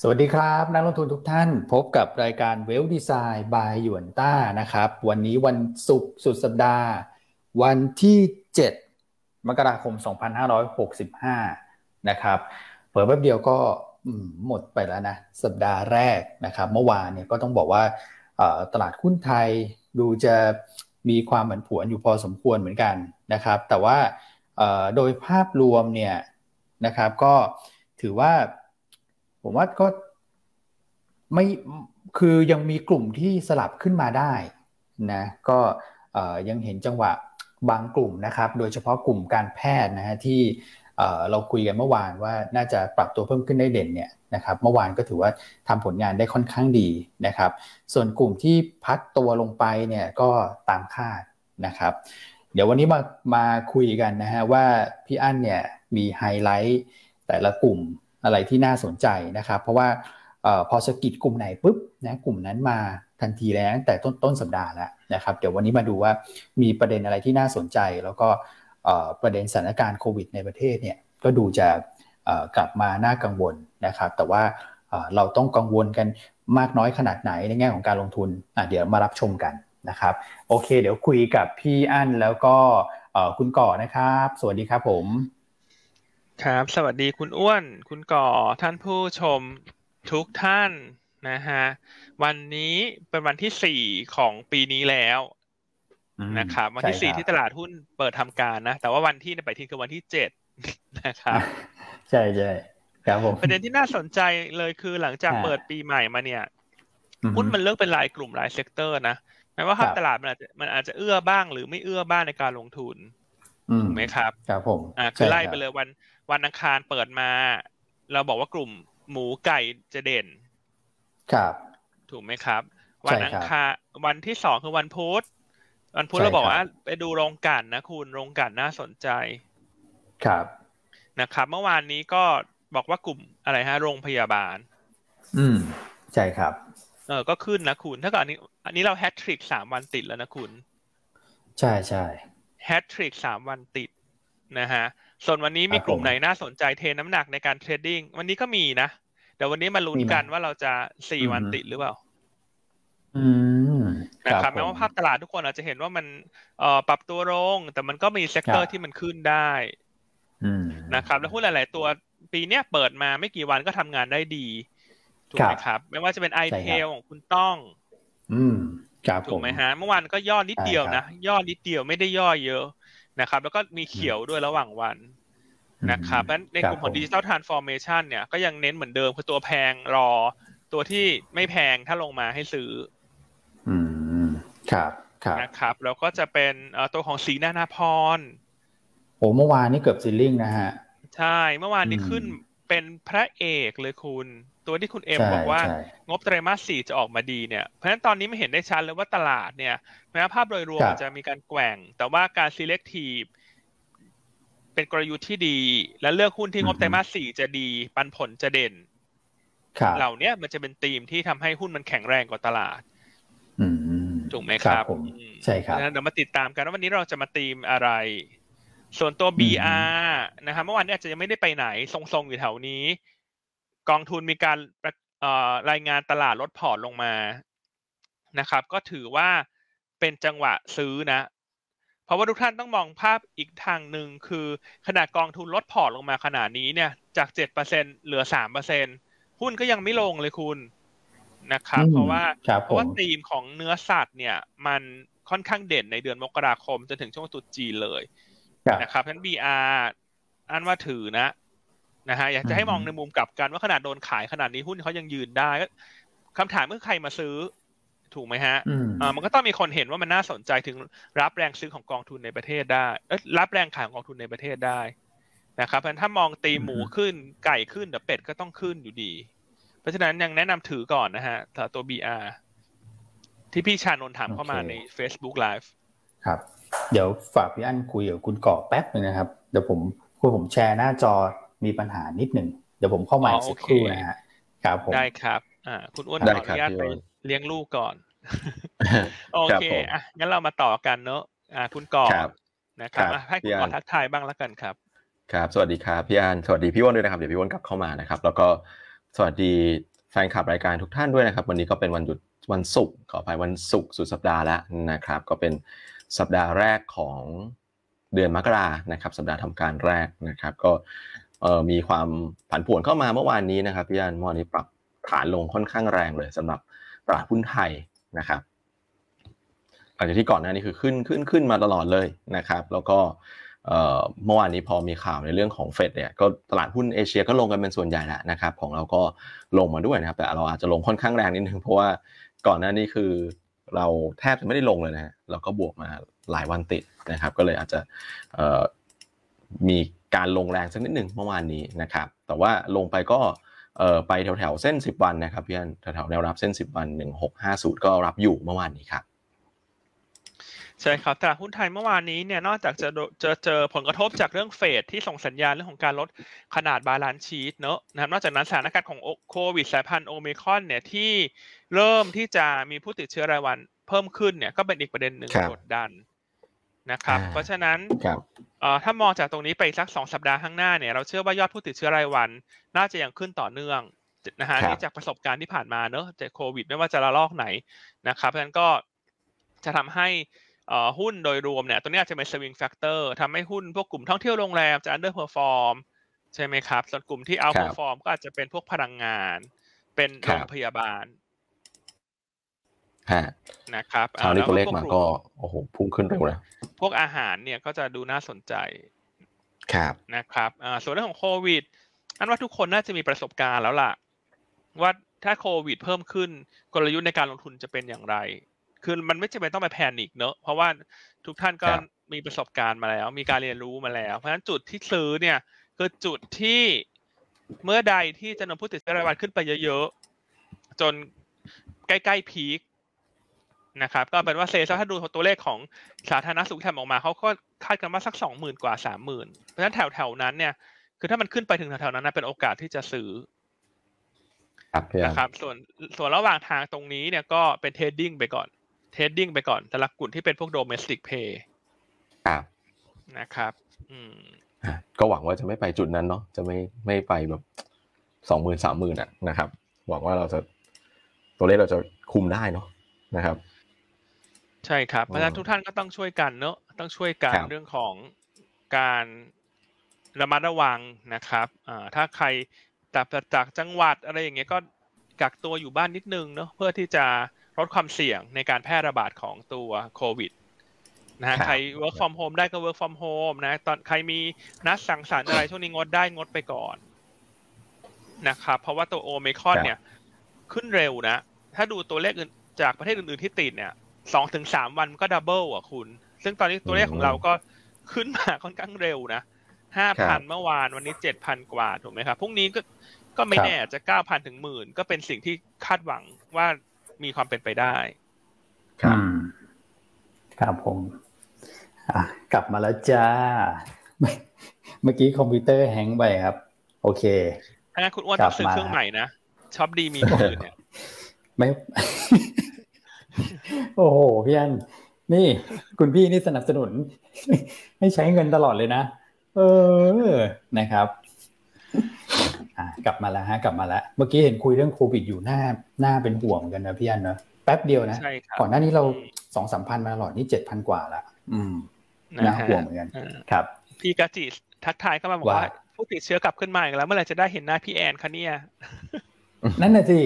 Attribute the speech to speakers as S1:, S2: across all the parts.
S1: สวัสดีครับ นักลงทุนทุกท่านพบกับรายการเวลดีไซน์บายหยวนต้านะครับ วันนี้วันศุกร์สุดสัปดาห์ วันที่ 7 มกราคม 2565 นะครับเผิ่แป๊บเดียวก็อืมหมดไปแล้วนะ สัปดาห์แรกนะครับ เมื่อวานเนี่ยก็ต้องบอกว่าเอ่อตลาดหุ้นไทยดูจะมีความผันผวนอยู่พอสมควรเหมือนกันนะครับ แต่ว่าเอ่อโดยภาพรวมเนี่ยนะครับก็ถือว่า ผมว่าก็ไม่คือยังมีกลุ่มที่สลับขึ้นมาได้นะก็เอ่อยังเห็นจังหวะบางกลุ่มนะครับ โดยเฉพาะกลุ่มการแพทย์นะฮะที่เอ่อเราคุยกันเมื่อวานว่าน่าจะปรับตัวเพิ่มขึ้นได้เด่นเนี่ยนะครับเมื่อวานก็ถือว่าทำผลงานได้ค่อนข้างดีนะครับ ส่วนกลุ่มที่พักตัวลงไปเนี่ยก็ตามคาดนะครับ เดี๋ยววันนี้มามาคุยกันนะฮะว่าพี่อั้นเนี่ยมีไฮไลท์ แต่ละกลุ่มอะไรที่น่าสนใจนะครับ เพราะว่าเออพอสะกิดกลุ่มไหนปุ๊บนะกลุ่มนั้นมาทันทีแล้วตั้งแต่ต้นต้นสัปดาห์แล้วนะครับ เดี๋ยววันนี้มาดูว่ามีประเด็นอะไรที่น่าสนใจ แล้วก็เอ่อประเด็นสถานการณ์โควิดในประเทศเนี่ยก็ดูจะเอ่อกลับมาน่ากังวลนะครับ แต่ว่าเอ่อเราต้องกังวลกันมากน้อยขนาดไหนในแง่ของการลงทุนอ่ะเดี๋ยวมารับชมกันนะครับโอเค เดี๋ยวคุยกับพี่อั้นแล้วก็เอ่อคุณก่อนะครับ สวัสดีครับผม
S2: ครับ สวัสดีคุณอ้วน คุณก่อ ท่านผู้ชมทุกท่านนะฮะ วันนี้เป็นวันที่สี่ของปีนี้แล้วนะครับ วันที่สี่ที่ตลาดหุ้นเปิดทำการนะ แต่ว่าวันที่ในปฏิทินคือวันที่เจ็ด นะครับ
S1: ใช่ใช่ครับผม
S2: ประเด็นที่น่าสนใจเลยคือหลังจาก
S1: อ่า
S2: เปิดปีใหม่มาเนี่ย
S1: อือฮึ
S2: หุ้นมันเลือกเป็นรายกลุ่มรายเซกเตอร์นะแม้ว่า
S1: ครั
S2: ภาพ
S1: บ
S2: ตลาดมันอาจจะมันอาจจะเอื้อบ้างหรือไม่เอื้อบ้างในการลงทุน
S1: อืม
S2: ถูกไหมครับ
S1: ครับผม
S2: อ่าคือไล่
S1: ใช่
S2: ไป
S1: รับ
S2: เลยวันวันอังคารเปิดมา เราบอกว่ากลุ่มหมูไก่จะเด่น
S1: ครับ
S2: ถูกไหมครับ
S1: ใช่ครับ
S2: วัอังคารวันที่สองคือวันพุธวันพุธ
S1: ใช่
S2: เราบอ
S1: ค
S2: ก
S1: รับ
S2: ว่าไปดูโรงกลั่นนะคุณโรงกลั่นน่าสนใจ
S1: ครับ
S2: นะครับ เมื่อวานนี้ก็บอกว่ากลุ่มอะไรฮะโรงพยาบาล
S1: อืมใช่ครับ
S2: เออก็ขึ้นนะคุณถ้าเกิดอันนี้ อันนี้เราแฮตทริกสามวันติดแล้วนะคุณ
S1: ใช่ใช่
S2: แฮตทริกสามวันติดนะฮะส่วนวันนี้มี
S1: ครับ
S2: กลุ่ม
S1: ผม
S2: ไหนน่าสนใจเทน้ำหนักในการเทรดดิ้งวันนี้ก็มีนะเดี๋ยววันนี้มาลุ้น
S1: มีไหม
S2: กันว่าเราจะสี่
S1: อือฮึ
S2: วันติดหรือเปล่า
S1: อืม
S2: นะครับ
S1: ผ
S2: แม้ว่าภาพตลาดทุกคนอาจจะเห็นว่ามันเอ่อปรับตัวลง แต่มันก็มีเซกเตอ
S1: ครั
S2: ร์
S1: บ
S2: ที่มันขึ้นได้
S1: อืม
S2: นะครับแล้วหุ้นหลาย ๆ ตัวปีเนี้ยเปิดมาไม่กี่วันก็ทำงานได้ดีถูกไหม
S1: ครับ
S2: ครับ ไม่ว่าจะเป็นไอ
S1: ใช่
S2: เท
S1: ครับ
S2: ลของคุณต้อง
S1: อืมครับผ
S2: ถูก
S1: ม
S2: ไหมฮะเมื่อวานก็ย่อนิดเดียวนะ ย่อนิดเดียวไม่ได้ย่อเยอะนะครับ แล้วก็มีเขียวด้วยระหว่างวันนะครับเพราะฉะนั้นในกลุ่มของดิจิ
S1: t
S2: ตอลทรานส์ฟอร์เมชันเนี่ยก็ยังเน้นเหมือนเดิมคือตัวแพงรอ ตัวที่ไม่แพงถ้าลงมาให้ซื้อ
S1: อืมครับครับ
S2: นะครับแล้วก็จะเป็นเอ่อตัวของสีนานาพร
S1: โอ้เมื่อวานนี่เกือบซิลลิ่งนะฮะ
S2: ใช่เมื่อวานนี้
S1: อืม
S2: ขึ้นเป็นพระเอกเลยคุณ ตัวที่คุณเอ็ม
S1: ใช่
S2: บอกว่า
S1: ใช่
S2: งบไตรมาสสี่จะออกมาดีเนี่ยเพราะฉะนั้นตอนนี้ไม่เห็นได้ชัดเลยว่าตลาดเนี่ยแม้ว่าภาพโดยรวมอาจจะมีการแกว่ง แต่ว่าการ selective เป็นกลยุทธ์ที่ดี และเลือกหุ้นที่งบไตรมาสสี่จะดี ปันผลจะเด่น
S1: ครับ
S2: เหล่าเนี้ยมันจะเป็นธีมที่ทำให้หุ้นมันแข็งแรงกว่าตลาด
S1: อืม
S2: ถูกไหมครับ
S1: ผม
S2: อืม
S1: ใช่ครับ
S2: ดังนั้นเดี๋ยวมาติดตามกันว่าวันนี้เราจะมาตีมอะไร ส่วนตัว
S1: อืม
S2: BR นะฮะเมื่อวานเนี้อาจจะยังไม่ได้ไปไหน ทรงๆอยู่แถวนี้ กองทุนมีการประเอ่อรายงานตลาดลดพอร์ตลงมานะครับ ก็ถือว่าเป็นจังหวะซื้อนะ เพราะว่าทุกท่านต้องมองภาพอีกทางหนึ่งคือขนาดกองทุนลดพอร์ตลงมาขนาดนี้เนี่ย จาก7%เหลือ 3%หุ้นก็ยังไม่ลงเลยคุณนะครับ
S1: อืม
S2: เพราะว่า
S1: ครับ
S2: เพ
S1: ผ
S2: ราะว่าม ธีมของเนื้อสัตว์เนี่ย มันค่อนข้างเด่นในเดือนมกราคมจนถึงช่วงตรุษจีนเลย
S1: ครับ
S2: นะครับทั้น BR อันว่าถือนะนะฮะอยากจะให้
S1: อืม
S2: มองในมุมกลับกันว่าขนาดโดนขายขนาดนี้หุ้นเขายังยืนได้ก็คำถามก็คือใครมาซื้อ ถูกไหมฮะ
S1: อืม
S2: เอ่อมันก็ต้องมีคนเห็นว่ามันน่าสนใจถึงรับแรงซื้อของกองทุนในประเทศได้เอ้ยรับแรงขายของกองทุนในประเทศได้นะครับเพราะฉะนั้นถ้ามองตีหมูขึ้นไก่ขึ้นเดี๋ยวเป็ดก็ต้องขึ้นอยู่ดี เพราะฉะนั้นยังแนะนำถือก่อนนะฮะสำหรับตัว BR ที่พี่ชานนท์ถามเข้ามาใน Facebook Live
S1: ครับ เดี๋ยวฝากพี่อั้นคุยกับคุณก่อแป๊บหนึงนะครับ เดี๋ยวผมคุณผมแชร์หน้าจอมีปัญหานิดหนึ่งเดี๋ยวผมเข้ามาอีกสักครู่นะฮะครับผม
S2: ได้ครับ อ่า คุณอ้วนข
S3: ได้
S2: ออ
S3: ครั
S2: นุ
S3: บ
S2: ญาต
S3: พี่
S2: ไป
S3: อ้วน
S2: เลี้ยงลูกก่อน
S3: รั
S2: โอบ เค
S3: ผม
S2: อ่ะ งั้นเรามาต่อกันเนอะอ่า คุณก่อ
S3: ครับ
S2: นะครับ
S3: ครับ
S2: อ่ะให้
S3: พี่
S2: คุณ
S3: อัน
S2: ก่อทักทายบ้างแล้วกันครับ
S3: ครับ สวัสดีครับพี่อันสวัสดีพี่อ้วนด้วยนะครับ เดี๋ยวพี่อ้วนกลับเข้ามานะครับ แล้วก็ สวัสดีแฟนคลับรายการทุกท่านด้วยนะครับ วันนี้ก็เป็นวันหยุดวันศุกร์ขออภัยวันศุกร์สุดสัปดาห์แล้วนะครับ ก็เป็นสัปดาห์แรกของเดือนมกรานะครับ สัปดาห์ทำการแรกนะครับ ก็เอ่อมีความผันผวนเข้ามาเมื่อวานนี้นะครับพี่อันเมื่อวานนี้ปรับฐานลงค่อนข้างแรงเลยสำหรับตลาดหุ้นไทยนะครับ หลังจากที่ก่อนหน้านี้คือขึ้นขึ้นขึ้นมาตลอดเลยนะครับ แล้วก็เอ่อเมื่อวานนี้พอมีข่าวในเรื่องของเฟดเนี่ยก็ตลาดหุ้นเอเชียก็ลงกันเป็นส่วนใหญ่แหละนะครับ ของเราก็ลงมาด้วยนะครับ แต่เราอาจจะลงค่อนข้างแรงนิดนึงเพราะว่าก่อนหน้านี้คือเราแทบจะไม่ได้ลงเลยนะฮะเราก็บวกมาหลายวันติดนะครับ ก็เลยอาจจะเอ่อมีการลงแรงสักนิดหนึ่งเมื่อวานนี้นะครับ แต่ว่าลงไปก็ เอ่อไปแถวๆเส้น 10 วันนะครับพี่อันแถวๆแนวรับเส้น 10 วัน 1650 ก็รับอยู่เมื่อวานนี้ครับ
S2: ใช่ครับตลาดหุ้นไทยเมื่อวานนี้เนี่ยนอกจากจะโดเจอเจอผลกระทบจากเรื่องเฟดที่ส่งสัญญาณเรื่องของการลดขนาดบาลานซ์ชีตเนอะนะครับนอกจากนั้นสถานการณ์ของโอโควิดสายพันธุ์โอมิครอนเนี่ยที่เริ่มที่จะมีผู้ติดเชื้อรายวันเพิ่มขึ้นเนี่ยก็เป็นอีกประเด็นหนึ่ง
S3: ครับ
S2: กดดันนะครับ
S3: อ่า
S2: เพราะฉะนั้น
S3: ครับ
S2: เอ่อถ้ามองจากตรงนี้ไปอีกสักสองสัปดาห์ข้างหน้าเนี่ยเราเชื่อว่ายอดผู้ติดเชื้อรายวัน น่าจะยังขึ้นต่อเนื่องนะฮะ
S3: ครับ
S2: นี่จากประสบการณ์ที่ผ่านมาเนอะจากโควิดไม่ว่าจะระลอกไหนนะครับเพราะฉะนั้นก็จะทำให้เอ่อหุ้นโดยรวมเนี่ยตัวนี้อาจจะเป็นสวิงแฟกเตอร์ทำให้หุ้นพวกกลุ่มท่องเที่ยวโรงแรมจะอันเดอร์เพอร์ฟอร์มใช่ไหมครับ ส่วนกลุ่มที่เอาเพอร์ฟอร์มก็อาจจะเป็นพวกพลังงาน เป็นโรงพยาบาล
S3: ฮะ
S2: นะครับ
S3: คราวนี้
S2: แว
S3: ตัวเลข
S2: พ
S3: มาว ก็โอ้โหพุ่งขึ้นเร็วนะ
S2: พวกอาหารเนี่ยก็จะดูน่าสนใจ
S3: ครับ
S2: นะครับอ่าส่วนเรื่องของโควิด อันว่าทุกคนน่าจะมีประสบการณ์แล้วล่ะ ว่าถ้าโควิดเพิ่มขึ้นกลยุทธ์ในการลงทุนจะเป็นอย่างไร คือมันไม่จำเป็นต้องไปแพนิคเนอะ เพราะว่าทุกท่านก็
S3: ครับ
S2: มีประสบการณ์มาแล้ว มีการเรียนรู้มาแล้ว เพราะฉะนั้นจุดที่ซื้อเนี่ยคือจุดที่เมื่อใดที่จำนวนผู้ติดเชื้อรายวันขึ้นไปเยอะๆ จนใกล้ๆพีคนะครับ ก็เป็นว่าเซลถ้าดูตัวเลขของ สาธารณสุขที่ทำออกมาเขาก็คาดกันว่าสักสองหมื่นกว่าสามหมื่นเพราะฉะนั้นแถวแถวๆนั้นเนี่ยคือถ้ามันขึ้นไปถึงแถวๆนั้นนะเป็นโอกาสที่จะซื้อ
S3: ครับพี่อัน
S2: นะครับส่วนส่วนระหว่างทางตรงนี้เนี่ยก็เป็นเทรดดิ้งไปก่อนเทรดดิ้งไปก่อนสำหรับกลุ่มที่เป็นพวกโดเมสติกเพย์
S3: ครับ
S2: นะครับ อืม
S3: อ่ะก็หวังว่าจะไม่ไปจุดนั้นเนาะจะไม่ไม่ไปแบบสองหมื่นสามหมื่นอ่ะนะครับ หวังว่าเราจะตัวเลขเราจะคุมได้เนาะนะครับ
S2: ใช่ครับเพราะฉะนั้น
S3: อืม
S2: ทุกท่านก็ต้องช่วยกันเนอะต้องช่วยกัน
S3: ครับ
S2: เรื่องของการระมัดระวังนะครับอ่าถ้าใครจากจากจังหวัดอะไรอย่างเงี้ยก็กักตัวอยู่บ้านนิดนึงเนอะเพื่อที่จะลดความเสี่ยงในการแพร่ระบาดของตัวโควิดนะฮะ
S3: ครับ
S2: ใคร work from home ได้ก็ work from home นะตอนใครมีนัดสังสรรค์อะไรช่วงนี้งดได้งดไปก่อนนะครับเพราะว่าตัวโอมคอน
S3: ครับ
S2: เนี่ยขึ้นเร็วนะ ถ้าดูตัวเลขอื่นจากประเทศอื่นๆที่ติดเนี่ยสองถึงสามวันมันก็ดับเบิลอ่ะคุณ ซึ่งตอนนี้ตัวเลขของเราก็ขึ้นมาค่อนข้างเร็วนะห้าพันเมื่อวานวันนี้เจ็ดพันกว่าถูกไหมครับพรุ่งนี้ก็ก็ไม่
S1: ครับ
S2: แน่อาจจะเก้าพันถึงหมื่นก็เป็นสิ่งที่คาดหวังว่ามีความเป็นไปได้
S3: ครับ
S1: อืมครับผมอ่ะกลับมาแล้วจ้า เมื่อกี้คอมพิวเตอร์แฮงก์ไปครับ โอเค
S2: ถ้างั้นคุณอ้วน
S1: กลับ
S2: ต้องซื้อ
S1: มา
S2: เครื่องใหม่นะช็อปดีมีกว่าอื่นเนี่ย
S1: ไม่ โอ้โหพี่อันนี่ คุณพี่นี่สนับสนุน ให้ใช้เงินตลอดเลยนะ เออนะครับ อ่ะกลับมาแล้วฮะ กลับมาแล้ว เมื่อกี้เห็นคุยเรื่องโควิดอยู่หน้าหน้าเป็นห่วงกันนะพี่อันเนอะแป๊บเดียวนะ
S2: ใช่ครับ
S1: ก่อนหน้านี้เราสองสามพันมาตลอดนี่เจ็ดพันกว่าละอืมน่า
S2: ฮะ
S1: ห่วงเหมือนกัน
S2: อ่า
S1: ครับ
S2: พี่กาจิทักทายเข้ามาบอกว่า
S1: ว่า
S2: ผู้ติดเชื้อกลับขึ้นมาอีกแล้วเมื่อไหร่จะได้เห็นหน้าพี่แอนคะเนี่ย
S1: นั่นน่ะสิ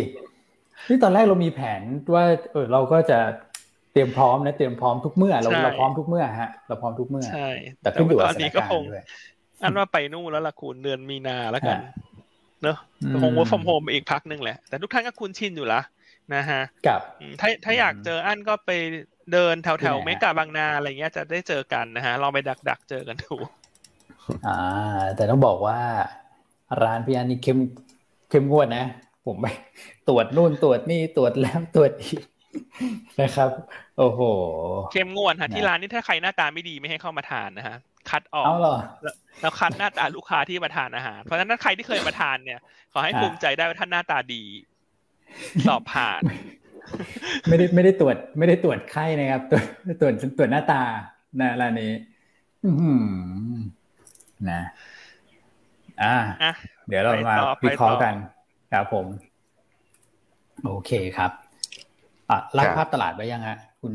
S1: ที่ตอนแรกเรามีแผนว่า เออเราก็จะเตรียมพร้อมนะ เตรียมพร้อมทุกเมื่อเราเราพร้อมทุกเมื่อฮะ เราพร้อมทุกเมื่อ
S2: ใช่
S1: แต่ขึ้นอยู่กับ
S2: ว่า
S1: ส
S2: ตอน
S1: ถา
S2: นี้
S1: น
S2: ก็
S1: การ
S2: คง
S1: ณ์ด้วย
S2: อันว่าไปนู่นแล้วล่ะคุณเดือนมีนาแล้วกัน
S1: ฮะ
S2: เนอะ
S1: อืม
S2: คงว่าฟอร์มโฮมอีกพักหนึ่งแหละ แต่ทุกท่านก็คุ้นชินอยู่ละนะฮะ
S1: กับ
S2: อืมถ้าถ้าอยาก
S1: อืม
S2: เจออันก็ไปเดินแถว
S1: ที่
S2: แถ
S1: ไหน
S2: ว
S1: ฮะ
S2: เมกาบางนาอะไรเงี้ยจะได้เจอกันนะฮะลองไปดักดักๆเจอกัน ดู
S1: อ่า แต่ต้องบอกว่า ร้านพี่อันนี่เข้มเข้มงวดนะ ผมไป ตรวจนู่นตรวจนี่ตรวจแล้วตรวจอีกนะครับ โอ้โห
S2: เข้มงวดฮะ
S1: นะ
S2: ที่ร้านนี่ถ้าใครหน้าตาไม่ดีไม่ให้เข้ามาทานนะฮะคัดออก
S1: เอาเหรอ
S2: แล้วคัดหน้าตาลูกค้าที่มาทานอาหารเพราะฉะนั้นใครที่เคยมาทานเนี่ย ขอให้
S1: อ่ะ
S2: ภูมิใจได้ว่าท่านหน้าตาดีสอบผ่าน
S1: ไม่ได้ไม่ได้ตรวจไม่ได้ตรวจไข้นะครับตรวจตรวจตรวจหน้าตานะร้านนี้อื้อหือนะ อ่า
S2: อ่ะ
S1: เดี๋ยวเรามา
S2: ไปต่อ
S1: วิเคราะห์
S2: ไปต่อ
S1: กัน ครับผม โอเคครับอ่ะไล่
S3: ครับ
S1: ภาพตลาดไว้ยังฮะคุณ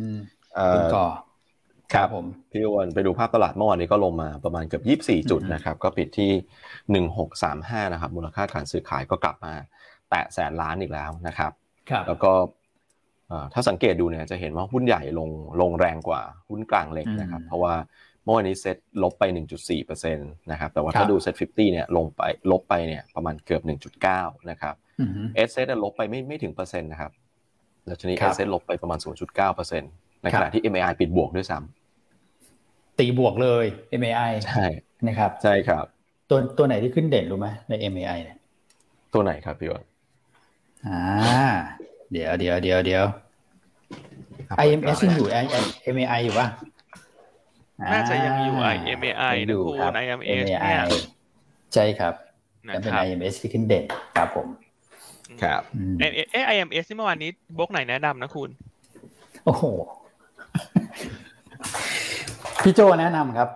S3: เอ่
S1: คุณ
S3: อ
S1: ก่อ
S3: ครับ
S1: ผม
S3: พี่อ้วนไปดูภาพตลาดเมื่อวานนี้ก็ลงมาประมาณเกือบ 24 จุด
S1: อืม
S3: นะครับ ก็ปิดที่ 1635 นะครับ มูลค่าการซื้อขายก็กลับมาแตะแสนล้านอีกแล้วนะครับ
S1: ครับ
S3: แล้วก็เอ่อถ้าสังเกตดูเนี่ยจะเห็นว่าหุ้นใหญ่ลงลงแรงกว่าหุ้นกลางเล็กนะครับ
S1: อืม
S3: เพราะว่าเมื่อวานนี้เซ็ตลบไป 1.4%นะครับแต่ว่า
S1: ครั
S3: ถ้า
S1: บ
S3: ดูเซ็ต50 เนี่ยลงไปลบไปเนี่ยประมาณเกือบ 1.9 นะครับ
S1: อือฮึ
S3: เอสเซลบไปไม่ไม่ถึงเปอร์เซ็นต์นะครับแล้วชนิด
S1: ค
S3: เอ
S1: รับ
S3: สเซลบไปประมาณ 0.9%ใน
S1: ครั
S3: ข
S1: บ
S3: ณะที่ MAI ปิดบวกด้วยซ้
S1: ตีบวกเลย MAI
S3: ำใช่
S1: นะครับ
S3: ใช่ครับ
S1: ตัวตัวไหนที่ขึ้นเด่นรู้ไหมใน MAI เนี่ย
S3: ตัวไหนครับพี่อ้วน
S1: อ่า เดี๋ยวเดี๋ยวเดี๋ยวเดี๋ยว IMS ยังอยู่ MAI อยู่ป่ะ
S2: น่าจะยังอยู่ IMAI
S1: ยัง
S2: นะ
S1: อยู่
S2: คุณ
S1: รับ
S2: IMS เนี่ย
S1: MAI ใช่ครับ
S2: นะ
S1: แต่
S2: ค
S1: เป็น
S2: รับ
S1: IMS ที่ขึ้นเด่นครับผม
S3: ครับ
S1: อืม
S2: เอ๊ะเอ๊ะ IMS นี่เมื่อวานนี้บล็อกไหนแนะนำนะคุณ
S1: โอ้โห พี่โจแนะนำครับ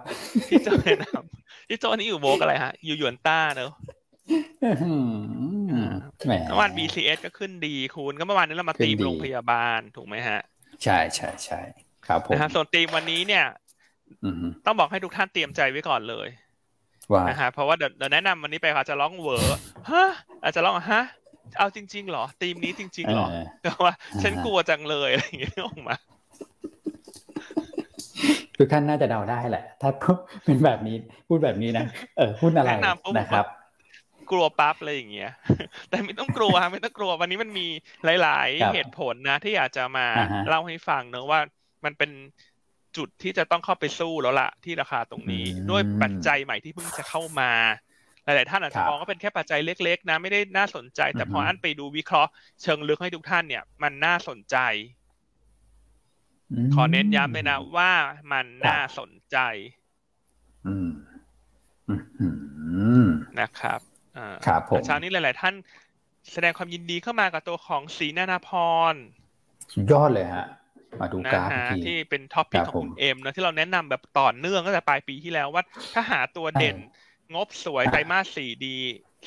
S2: พี่โจแนะนำ พี่โจนี่อยู่โบกอะไรฮะ อยู่หยวนต้าเนอะ
S1: อืมแหม
S2: เมื่อวาน BCS ก็ขึ้นดีคุณก็เมื่อวานนี้เรามาตีม
S1: ขึ้นดี
S2: โรงพยาบาลถูกไหมฮะ
S1: ใช่ใช่ใช่ครับผม
S2: นะฮะส่วนตีมวันนี้เนี่ย
S1: อืม
S2: ต้องบอกให้ทุกท่านเตรียมใจไว้ก่อนเลย
S1: ว่า
S2: นะฮะเพราะว่าเดยวเดี๋ยวแนะนำวันนี้ไปอาจจะร้องเหวอฮะอาจจะร้องฮะเอาจริง ๆ เหรอตีมนี้จริง ๆ เหรอ
S1: เออ
S2: แต่ว่าฉัน
S1: อ่าฮะ
S2: กลัวจังเลยอะไรอย่างเงี้ยอ อกมา
S1: ทุกท่านน่าจะเดาได้แหละ ถ้าเป็นแบบนี้พูดแบบนี้นะเออหุ้นอะไร
S2: แนะนำปุ๊บ
S1: นะครับ
S2: กลัวปั๊บอะไรอย่างเงี้ย แต่ไม่ต้องกลัวฮะไม่ต้องกลัววันนี้มันมีหลาย
S1: ครับ
S2: ๆ เหตุผลนะ ที่อยากจะมา
S1: อ่าฮะ
S2: เล่าให้ฟังเนอะว่ามันเป็นจุดที่จะต้องเข้าไปสู้แล้วล่ะที่ราคาตรงนี้ ด้วยปัจจัยใหม่ที่เพิ่งจะเข้ามา หลาย ๆ ท่านอาจ
S1: ค
S2: จะ
S1: รับ
S2: มองว่าเป็นแค่ปัจจัยเล็ก ๆ นะ ไม่ได้น่าสนใจ แต่พอ
S1: อฮึ
S2: อันไปดูวิเคราะห์เชิงลึกให้ทุกท่านเนี่ย มันน่าสนใจ
S1: ม
S2: ขอเน้นย้ำเลยนะว่ามัน
S1: ครับ
S2: น่าสนใจ
S1: อืมอืมอืม
S2: นะครับอ่า
S1: ครับผม
S2: เช้านี้หลาย ๆ ท่านแสดงความยินดีเข้ามากับตัวของศรีนานาพร
S1: สุดยอดเลยฮะ มาดู
S2: นะ
S1: กราฟ
S2: ฮะ
S1: อีกที
S2: ที่เป็นท็อปปิ
S1: ค
S2: ก
S1: รับ
S2: ของ
S1: ผม
S2: คุณเอ็มนะที่เราแนะนำแบบต่อเนื่องตั้งแต่ปลายปีที่แล้วว่า ถ้าหาตัวเด่นงบสวย
S1: อ่า
S2: ไตรมาสสี่ดี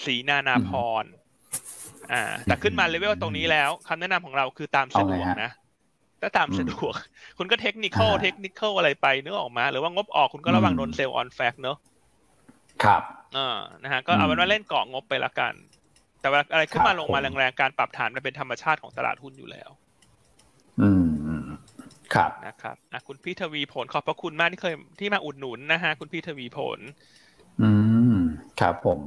S2: ศรีนานาพรอ่า แต่ขึ้นมาเลเวลตรงนี้แล้วคำแนะนำของเราคือตามสะดวก
S1: เอาไงฮะ
S2: นะถ้าตามสะดวก คุณก็เทคนิคอล
S1: อ่า
S2: เทคนิคอลอะไรไปเนื้อออกมา หรือว่างบออกคุณก็ระวัง
S1: อืม
S2: โดนเซลล์ออนแฟกเนอะ
S1: ครับ
S2: อ่านะฮะ ก็เอาเป็นว่าเล่นเกาะงบไปละกัน แต่ว่าอะไรขึ้น
S1: ค
S2: มา
S1: รับ
S2: ลงมา
S1: ผม
S2: แรงๆ การปรับฐานมันเป็นธรรมชาติของตลาดหุ้นอยู่แล้ว
S1: อืมอืมครับ
S2: นะครับอ่ะคุณพี่ทวีผลขอบพระคุณมากที่เคยที่มาอุดหนุนนะฮะ คุณพี่ทวีผล
S1: อืมครับผม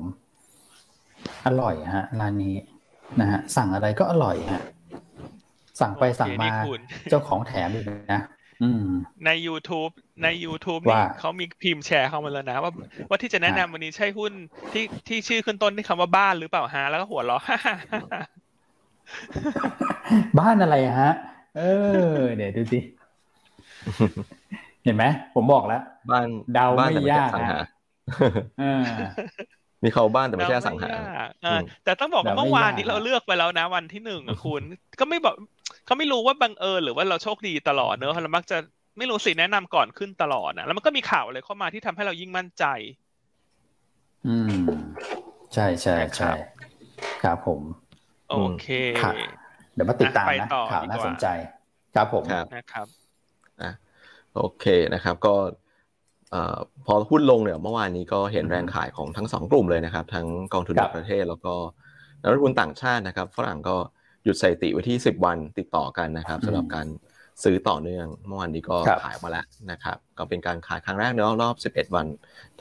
S1: อร่อยฮะร้านนี้นะฮะ สั่งอะไรก็อร่อยฮะ สั่งไป
S2: โอเค
S1: สั่ง
S2: นี่
S1: มา
S2: คุณ
S1: เจ้าของแถมอีกนะอืม
S2: ใน YouTube ใน YouTube นี่
S1: ว่า
S2: เขามีพิมพ์แชร์เข้ามาแล้วนะว่าว่าที่จะแนะนำ
S1: อ่ะ
S2: วันนี้ใช่หุ้นที่ที่ชื่อขึ้นต้นที่คำว่าบ้านหรือเปล่าฮะ แล้วก็หัวเราะ
S1: บ้านอะไรฮะ เออ เดี๋ยวดูสิ เห็นไหม ผมบอกแล้ว
S3: บ้าน
S1: เดา
S3: บ้าน
S1: ไม่
S3: แต่ไม่ใช่
S1: ยาก
S3: อสังหา
S1: ฮะ เออ
S3: มีเขาบ้านแต่ไม่ใช่อสังหา
S2: เดไม่ยกเอออ
S3: ม
S2: แต่ต้องบอกว่า
S1: เดาไม่
S2: เมื่อวานนี้
S1: ยาก
S2: เราเลือกไปแล้วนะวันที่หนึ่งอะคุณ ก็ไม่บอกเขาไม่รู้ว่าบังเอิญหรือว่าเราโชคดีตลอดเนอะเรามักจะไม่รู้สิแนะนำก่อนขึ้นตลอดนะแล้วมันก็มีข่าวอะไรเข้ามาที่ทำให้เรายิ่งมั่นใจ
S1: อืม ใช่ใช่ใช่ครับผม
S2: โอเค
S1: ค่ะ เดี๋ยวมาติดตาม
S2: อ่ะไป
S1: นะ
S2: ต่อ
S1: ข่าว
S2: ดีกว่า
S1: น่าสนใจ ครับผม
S3: ครับ
S2: นะครับ
S3: อ่ะโอเคนะครับก็เอ่อพอหุ้นลงเนี่ยเมื่อวานนี้ก็เห็นแรงขายของทั้งสองกลุ่มเลยนะครับ ทั้งกองทุน
S1: ครับ
S3: ต่างประเทศแล้วก็นักลงทุนต่างชาตินะครับฝรั่งก็หยุดสถิติไว้ที่ 10 วันติดต่อกันนะครับ
S1: อืม
S3: สำหรับการซื้อต่อเนื่อง เมื่อวานนี้ก็
S1: ครับ
S3: ขายมาแล้วนะครับก็เป็นการขายครั้งแรกเนาะรอบ 11 วัน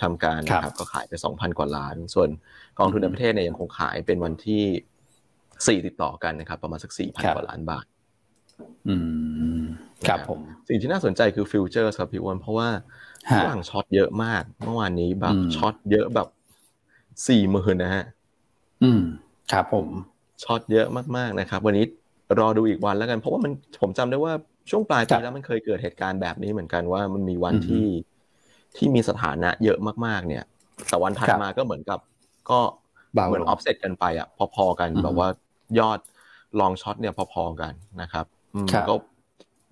S3: ทำการ
S1: ครับ
S3: นะครับก็ขายไป 2,000 กว่าล้าน ส่วนกองทุนในประเทศเนี่ยยังคงขายเป็นวันที่ 4 ติดต่อกันนะครับประมาณสัก
S1: ครับ
S3: 4,000กว่าล้านบาท
S1: อืม ครับผม
S3: สิ่งที่น่าสนใจคือฟิวเจอร์ครับพี่อ้วนเพราะว่า
S1: ฮะ
S3: ฝรั่งช็อตเยอะมาก เมื่อวานนี้แบบ
S1: อืม
S3: ช็อตเยอะแบบสี่หมื่นนะฮะ
S1: อืม ครับผม
S3: ช็อตเยอะมากๆนะครับ วันนี้รอดูอีกวันแล้วกัน เพราะว่ามันผมจำได้ว่าช่วงปลาย
S1: ครั
S3: ปี
S1: บ
S3: แล้วมันเคยเกิดเหตุการณ์แบบนี้เหมือนกันว่ามันมีวัน
S1: อืม
S3: ที่ที่มีสถานะเยอะมากๆ เนี่ย แต่วันถัด
S1: ครับ
S3: มาก็เหมือนกับ ก็
S1: เบาลง
S3: เหมือนออฟเซตกันไปอ่ะพอๆกัน
S1: อืม
S3: แบบว่ายอดลองช็อตเนี่ยพอๆกันนะครับอืม
S1: ครับ
S3: ก็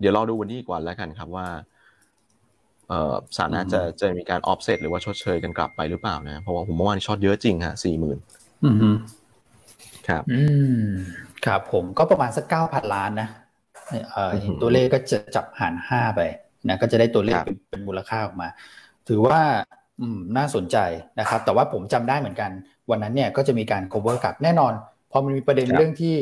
S3: เดี๋ยวรอดูวันนี้อีกวันแล้วกันครับว่า เอ่อสารน่าจะจะมีการ offset หรือว่าชดเชยกันกลับไปหรือเปล่านะ เพราะว่าผมเมื่อวานนช็อตเยอะจริงฮะสี่หมื่น
S1: อืม
S3: ครับ
S1: อืมครับผมก็ประมาณสักเก้าพันล้านนะเอ่อเห็น
S3: อือหือ
S1: ตัวเลขก็จะจับหารห้าไปนะก็จะได้ตัวเลข
S3: ครับ
S1: เป็นเป็นมูลค่าออกมา ถือว่าอืมน่าสนใจนะครับ แต่ว่าผมจำได้เหมือนกัน วันนั้นเนี่ยก็จะมีการ cover กับแน่นอนพอมันมีประเด็นเรื่องที่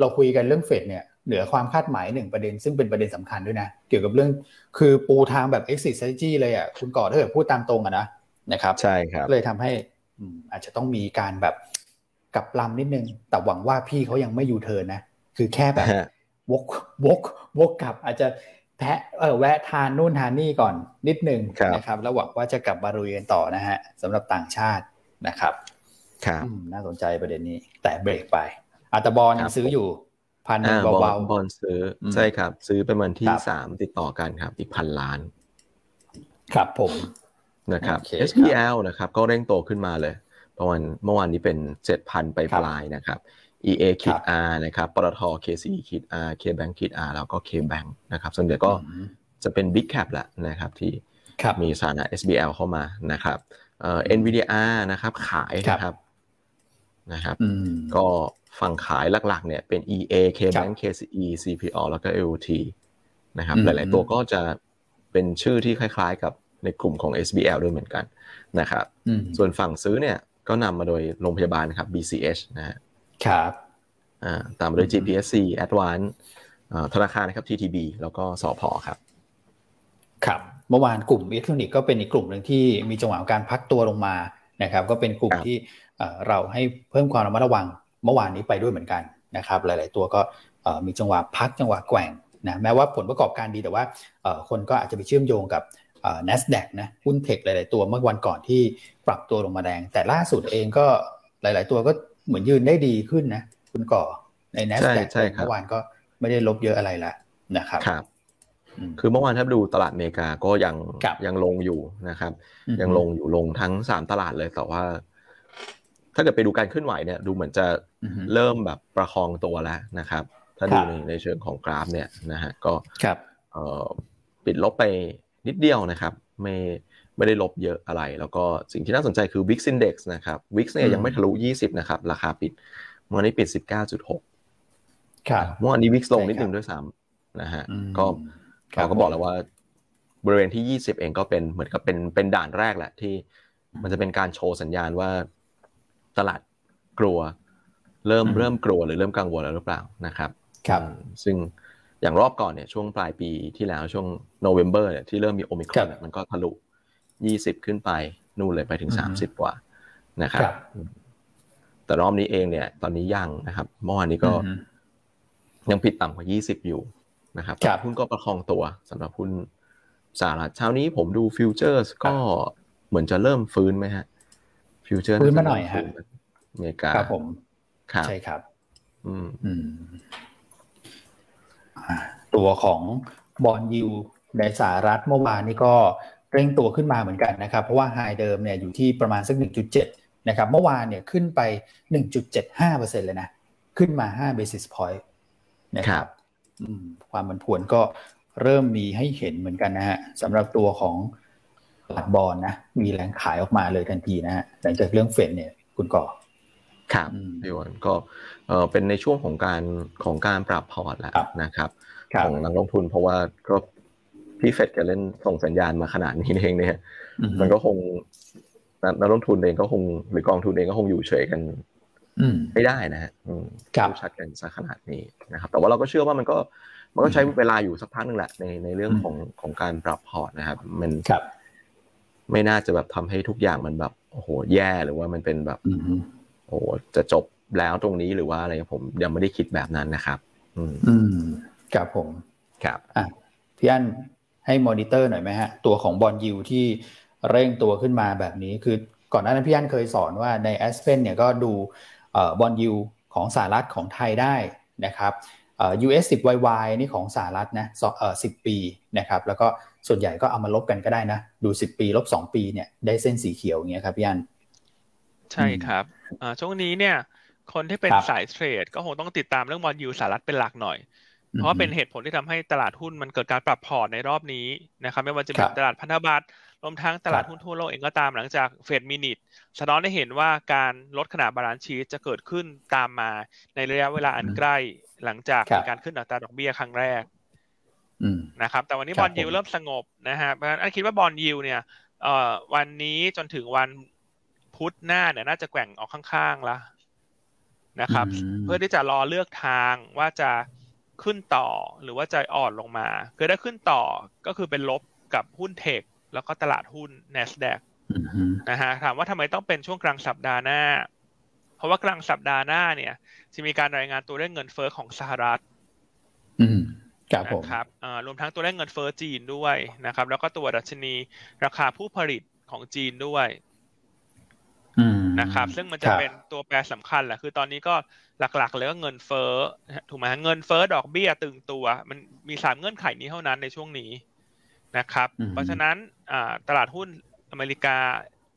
S1: เราคุยกันเรื่องเฟดเนี่ยเหนือความคาดหมายหนึ่งประเด็น ซึ่งเป็นประเด็นสำคัญด้วยนะ เกี่ยวกับเรื่องคือปูทางแบบ exit strategy เลยอ่ะคุณก่อถ้าเกิดพูดตามตรงอะนะนะครับ
S3: ใช่ครับ
S1: เลยทำให้อืมอาจจะต้องมีการแบบกลับลำนิดนึง แต่หวังว่าพี่เขายังไม่ยูเทิร์นนะ คือแค่แบบ
S3: ฮะ
S1: วกวกวกกลับอาจจะแพะเออแวะทานนู่นทานนี่ก่อนนิดนึงนะครับ แล้วหวังว่าจะกลับมารุยกันต่อนะฮะสำหรับต่างชาตินะครับ
S3: ครับ
S1: อืมน่าสนใจประเด็นนี้ แต่เบรกไปอัตบอล
S3: ค
S1: ยั
S3: รั
S1: ง
S3: บ
S1: ซื้ออยู่พันหนึ่
S3: อ่าง บอล
S1: เบา
S3: บอลซื้ออ
S1: ม
S3: ใช่ครับ ซื้อเป็นวันที่
S1: ครับ
S3: สามติดต่อกันครับ อีกพันล้าน
S1: ๆครับผม
S3: นะครับ
S1: โอเคครับ
S3: SPL นะครับ ก็เร่งโตขึ้นมาเลยประมาณเมื่อวานนี้เป็น 7,000 ไป
S1: ครั
S3: ป
S1: บ
S3: ลายนะครับ EA ขี
S1: ครั
S3: ด
S1: บ
S3: R นะครับปตท KCE ขีด R KBank ขีด R แล้วก็ KBank นะครับส่วนใหญ่ก็
S1: อืม
S3: จะเป็น Big Cap แหละนะครับที่
S1: ครับ
S3: มีสถานะ SBL เข้ามานะครับเอ่อ NVDR นะครับขาย
S1: ครับ
S3: นะครับนะครับ
S1: อืม
S3: ก็ฝั่งขายหลักๆเนี่ยเป็น EA
S1: ครับ
S3: KBank KCE CPO แล้วก็ LT นะครับ
S1: อืม
S3: หลายๆตัวก็จะเป็นชื่อที่คล้ายๆกับในกลุ่มของ SBL ด้วยเหมือนกันนะครับ
S1: อืม
S3: ส่วนฝั่งซื้อเนี่ยก็นำมาโดยโรงพยาบาลครับ BCH นะฮะ
S1: ครับ
S3: อ่าตามมาด้วย
S1: อืม
S3: GPSC Advance เอ่อธนาคารนะครับ TTB แล้วก็สอพอครับ
S1: ครับเมื่อวานกลุ่มอิเล็กทรอนิกส์ก็เป็นอีกกลุ่มหนึ่งที่มีจังหวะของการพักตัวลงมานะครับ ก็เป็นกลุ่ม
S3: ครับ
S1: ที่เอ่อเราให้เพิ่มความระมัดระวังเมื่อวานนี้ไปด้วยเหมือนกันนะครับ หลาย ๆ ตัวก็เอ่อมีจังหวะพักจังหวะแกว่งนะแม้ว่าผลประกอบการดีแต่ว่าเอ่อคนก็อาจจะไปเชื่อมโยงกับเอ่อ NASDAQ นะหุ้นเทคหลาย ๆ ตัวเมื่อวันก่อนที่ปรับตัวลงมาแดง แต่ล่าสุดเองก็หลาย ๆ ตัวก็เหมือนยืนได้ดีขึ้นนะคุณก่อใน NASDAQ
S3: ใช่ครับ
S1: เมื่อวานก็ไม่ได้ลบเยอะอะไรละนะครับ
S3: ครับ
S1: อืม
S3: คือเมื่อวานถ้าดูตลาดอเมริกาก็ยัง
S1: ครับ
S3: ยังลงอยู่นะครับ ยังลงอยู่ลงทั้ง 3 ตลาดเลยแต่ว่า ถ้าเกิดไปดูการเคลื่อนไหวเนี่ยดูเหมือนจะ
S1: อือฮึ
S3: เริ่มแบบประคองตัวแล้วนะครับ ถ้า
S1: ครั
S3: ดู
S1: บ
S3: ในในเชิงของกราฟเนี่ยนะฮะก็
S1: ครับ
S3: เอ่อปิดลบไปนิดเดียวนะครับ ไม่ไม่ได้ลบเยอะอะไร แล้วก็สิ่งที่น่าสนใจคือ Wix Index นะครับ Wix เนี่ยยังไม่ทะลุ 20 นะครับ ราคาปิดเมื่อวานนี้ปิด 19.6
S1: ครับ
S3: เมื่อวานนี้ Wix ลงนิด
S1: ใช่ครับ
S3: นึงด้วยซ้ำนะฮะ
S1: อืม
S3: ก็
S1: ค
S3: เราก็บอกแล้วว่าบริเวณที่ 20 เองก็เป็นเหมือนกับเป็นเป็นด่านแรกแหละที่มันจะเป็นการโชว์สัญญาณว่าตลาดกลัว เริ่มเริ่มกลัวหรือเริ่มกังวลแล้วหรือเปล่านะครับ
S1: ครับ
S3: อืมซึ่งอย่างรอบก่อนเนี่ยช่วงปลายปีที่แล้วช่วงโนเวม ber เนี่ยที่เริ่มมีโอมิครอนเนี่ยมันก็ทะลุ 20 ขึ้นไปนู่นเลยไปถึง
S1: อือฮึ
S3: 30 กว่านะ
S1: ค
S3: ค
S1: รับ รับ
S3: แต่รอบนี้เองเนี่ย ตอนนี้ยังนะครับเมื่อวานนี้ก็
S1: อืม
S3: ยังผิดต่ำกว่า 20 อยู่นะครับ
S1: ครับ
S3: หุ้นก็ประคองตัวสำหรับหุ้นสหรัฐเช้านี้ผมดูฟิวเจอร์สก็เหมือนจะเริ่มฟื้นไหมฮะ ฟิวเจอร์
S1: ฟื้นมาหน่อยฮะ
S3: อเมริกา
S1: ครับผม
S3: ครับ
S1: ใช่ครับ
S3: อืม
S1: อืมอ่าตัวของบอลยูในสหรัฐเมื่อวานนี้ก็เร่งตัวขึ้นมาเหมือนกันนะครับ เพราะว่าไฮเดิมเนี่ยอยู่ที่ประมาณสัก 1.7 นะครับ เมื่อวานเนี่ยขึ้นไป 1.75%เลยนะ ขึ้นมา 5 basis point นะค
S3: ครั
S1: รับบ อืมความผันผวนก็เริ่มมีให้เห็นเหมือนกันนะฮะสำหรับตัวของตลาดบอลนะ มีแรงขายออกมาเลยทันทีนะฮะหลังจากเรื่องเฟดเนี่ยคุณก่อ
S3: ครับ
S1: อืม
S3: พี่วันก็เอ่อเป็นในช่วงของการของการปรับพอร์ตแล้ว
S1: ครับ
S3: นะครับ
S1: ครับ
S3: ของนักลงทุนเพราะว่าก็พี่เฟดก็เล่นส่งสัญญาณมาขนาดนี้เองเนี่ย
S1: อืม
S3: มันก็คงนักนักลงทุนเองก็คง หรือกองทุนเองก็คงอยู่เฉยกัน
S1: อืม
S3: ไม่ได้นะฮะอืม
S1: ครับ
S3: พูดชัดกันซะขนาดนี้นะครับ แต่ว่าเราก็เชื่อว่ามันก็มันก็ใช้เวลาอยู่สักพักหนึ่งแหละในในเรื่อง
S1: อืม
S3: ของของการปรับพอร์ตนะครับ มัน
S1: ครับ
S3: ไม่น่าจะแบบทำให้ทุกอย่างมันแบบโอ้โหแย่หรือว่ามันเป็นแบบ
S1: อืม
S3: โอ้โหจะจบแล้วตรงนี้หรือว่าอะไรผมยังไม่ได้คิดแบบนั้นนะครับ อืม
S1: อืมครับผม
S3: ครับ
S1: อ่ะพี่อันให้มอนิเตอร์หน่อยไหมฮะ ตัวของบอลยูที่เร่งตัวขึ้นมาแบบนี้คือก่อนหน้านั้นพี่อันเคยสอนว่าใน a s p e n เนี่ยก็ดูบอลยูของสหรัฐของไทยได้นะครับเอ่อ US 10 YY นี่ของสหรัฐนะสเอ่อ10 ปีนะครับ แล้วก็ส่วนใหญ่ก็เอามาลบกันก็ได้นะ ดู 10 ปีลบ 2 ปีเนี่ยได้เส้นสีเขียวอย่างเงี้ยครับพี่อัน
S2: ใช่
S1: อืม
S2: ครับอ่าช่วงนี้เนี่ย คนที่เป็น
S1: ครับ
S2: สายเทรดก็คงต้องติดตามเรื่องบอลยูสหรัฐเป็นหลักหน่อย
S1: อืม
S2: เพราะว่าเป็นเหตุผลที่ทำให้ตลาดหุ้นมันเกิดการปรับพอร์ตในรอบนี้นะครับไม่ว่าจะเป็
S1: ครั
S2: น
S1: บ
S2: ตลาดพันธบัตรรวมทั้งตลาด
S1: ครับ
S2: หุ้นทั่วโลกเองก็ตามหลังจากเฟดมินิทสะท้อนให้เห็นว่าการลดขนาดบาลานซ์ชีตจะเกิดขึ้นตามมาในระยะเวลาอันใกล้หลังจากมีการขึ้นอัตราดอกเบี้ยครั้งแรก
S1: อืม
S2: นะครับแต่วันนี้
S1: ครับ
S2: บอลยิว
S1: ผม
S2: เริ่มสงบนะฮะเพราะฉะนั้นอันคิดว่าบอลยิวเนี่ยเอ่อวันนี้จนถึงวันพุธหน้าเนี่ยน่าจะแกว่งออกข้างๆละนะครับ เพื่อที่จะรอเลือกทางว่าจะขึ้นต่อหรือว่าจะอ่อนลงมา คือถ้าขึ้นต่อก็คือเป็นลบกับหุ้นเทคแล้วก็ตลาดหุ้น NASDAQ
S1: อืมอืม
S2: นะฮะถามว่าทำไมต้องเป็นช่วงกลางสัปดาห์หน้า เพราะว่ากลางสัปดาห์หน้าเนี่ยจะมีการรายงานตัวเลขเงินเฟ้อของสหรัฐ
S1: อืมครับผม
S2: นะครับเอ่อรวมทั้งตัวเลขเงินเฟ้อจีนด้วยนะครับ แล้วก็ตัวดัชนีราคาผู้ผลิตของจีนด้วย
S1: อืม
S2: นะครับ ซึ่งมันจะ
S1: ครับ
S2: เป็นตัวแปรสำคัญแหละ คือตอนนี้ก็หลักๆเลยก็เงินเฟ้อนะฮะถูกไหมฮะเงินเฟ้อดอกเบี้ยตึงตัว มันมีสามเงื่อนไขนี้เท่านั้นในช่วงนี้นะครับ
S1: อืม
S2: เพราะฉะนั้นอ่าตลาดหุ้นอเมริกา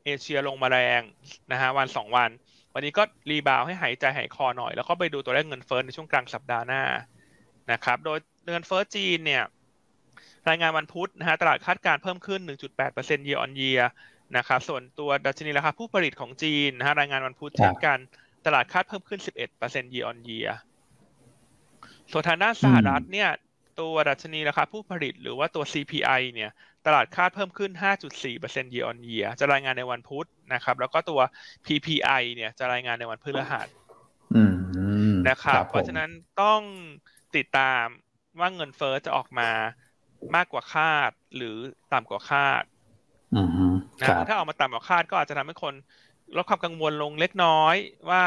S2: เอเชียลงมาแรงนะฮะวันสองวัน วันนี้ก็รีบาวให้หายใจหายคอหน่อย แล้วก็ไปดูตัวเลขเงินเฟ้อในช่วงกลางสัปดาห์หน้านะครับ โดยเงินเฟ้อจีนเนี่ย รายงานวันพุธนะฮะตลาดคาดการณ์เพิ่มขึ้น 1.8% year on year นะครับ ส่วนตัวดัชนีราคาผู้ผลิตของจีนนะฮะรายงานวันพุธ
S1: ครับ
S2: เช่นกันตลาดคาดเพิ่มขึ้น 11% year on year ส่วนทางด้านสหรัฐเนี่ย ตัวดัชนีราคาผู้ผลิตหรือว่าตัว CPI เนี่ย ตลาดคาดเพิ่มขึ้น 5.4% year on year จะรายงานในวันพุธนะครับ แล้วก็ตัว PPI เนี่ยจะรายงานในวันพฤหัส
S1: อืม
S2: นะครับ เพ
S1: ผม
S2: ราะฉะนั้นต้องติดตามว่าเงินเฟ้อจะออกมามากกว่าคาดหรือต่ำกว่าคาด
S1: อืม
S2: นะ
S1: ค
S2: ครับ
S1: รับ
S2: ถ้าออกมาต่ำกว่าคาดก็อาจจะทำให้คนลดความกังวลลงเล็กน้อยว่า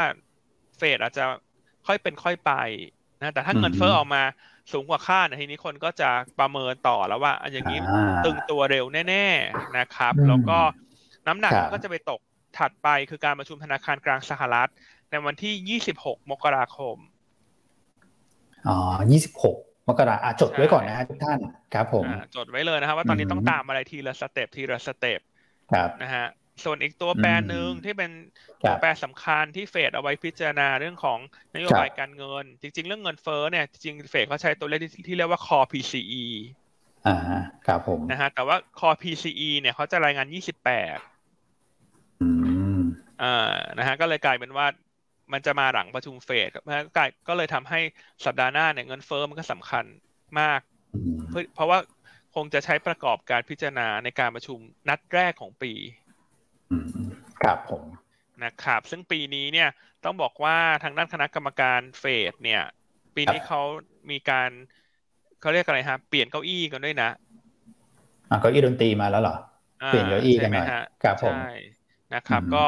S2: เฟดอาจจะค่อยเป็นค่อยไปนะแต่ถ้าเงินเฟ้อออกมาสูงกว่าคาดเนี่ยทีนี้คนก็จะประเมินต่อแล้วว่าอ่ะอย่างนี้
S1: อ่า
S2: ตึงตัวเร็วแน่ ๆนะครับ
S1: อืม
S2: แล้วก็น้ำหนัก
S1: ครับ
S2: มันก็จะไปตกถัดไปคือการประชุมธนาคารกลางสหรัฐ ในวันที่ 26 มกราคม
S1: อ๋อยี่สิบหกมกราอ่ะจดไว้ก่อนนะฮะทุกท่านครับผม
S2: อ่าจดไว้เลยนะครับว่าตอนนี้
S1: อืม
S2: ต้องตามอะไรทีละสเต็ปทีละสเต็ป
S1: ครับ
S2: นะฮะส่วนอีกตัวแปรหนึ่ง
S1: อืม
S2: ที่เป็น
S1: ค
S2: ตั
S1: รั
S2: ว
S1: บ
S2: แปรสำคัญที่เฟดเอาไว้พิจารณาเรื่องของนโยบายการเงิน จริง ๆ เรื่องเงินเฟ้อเนี่ยจริงๆเฟดเขาใช้ตัวเลขที่ที่เรียกว่า core PCE
S1: อ่าครับผม
S2: นะฮะแต่ว่า core PCE เนี่ยเขาจะรายงาน 28
S1: อืม
S2: อ่านะฮะก็เลยกลายเป็นว่ามันจะมาหลังประชุมเฟดนะฮะกลายก็เลยทำให้สัปดาห์หน้าเนี่ยเงินเฟ้อมันก็สำคัญมาก
S1: อืม
S2: เพื่อเพราะว่าคงจะใช้ประกอบการพิจารณาในการประชุมนัดแรกของปี
S1: อืมครับผม
S2: นะครับซึ่งปีนี้เนี่ยต้องบอกว่าทางด้านคณะกรรมการเฟดเนี่ย ปีนี้เขามีการเขาเรียกอะไรฮะเปลี่ยนเก้าอี้กันด้วยนะ
S1: อ่ะเก็อีดนตรีมาแล้วเหรอ
S2: อ่
S1: เปลี่ยนเก้าอี้กันหน่อย
S2: ใช่ไมฮะ
S1: ครับผม
S2: ใช่นะครับ
S1: อืม
S2: ก็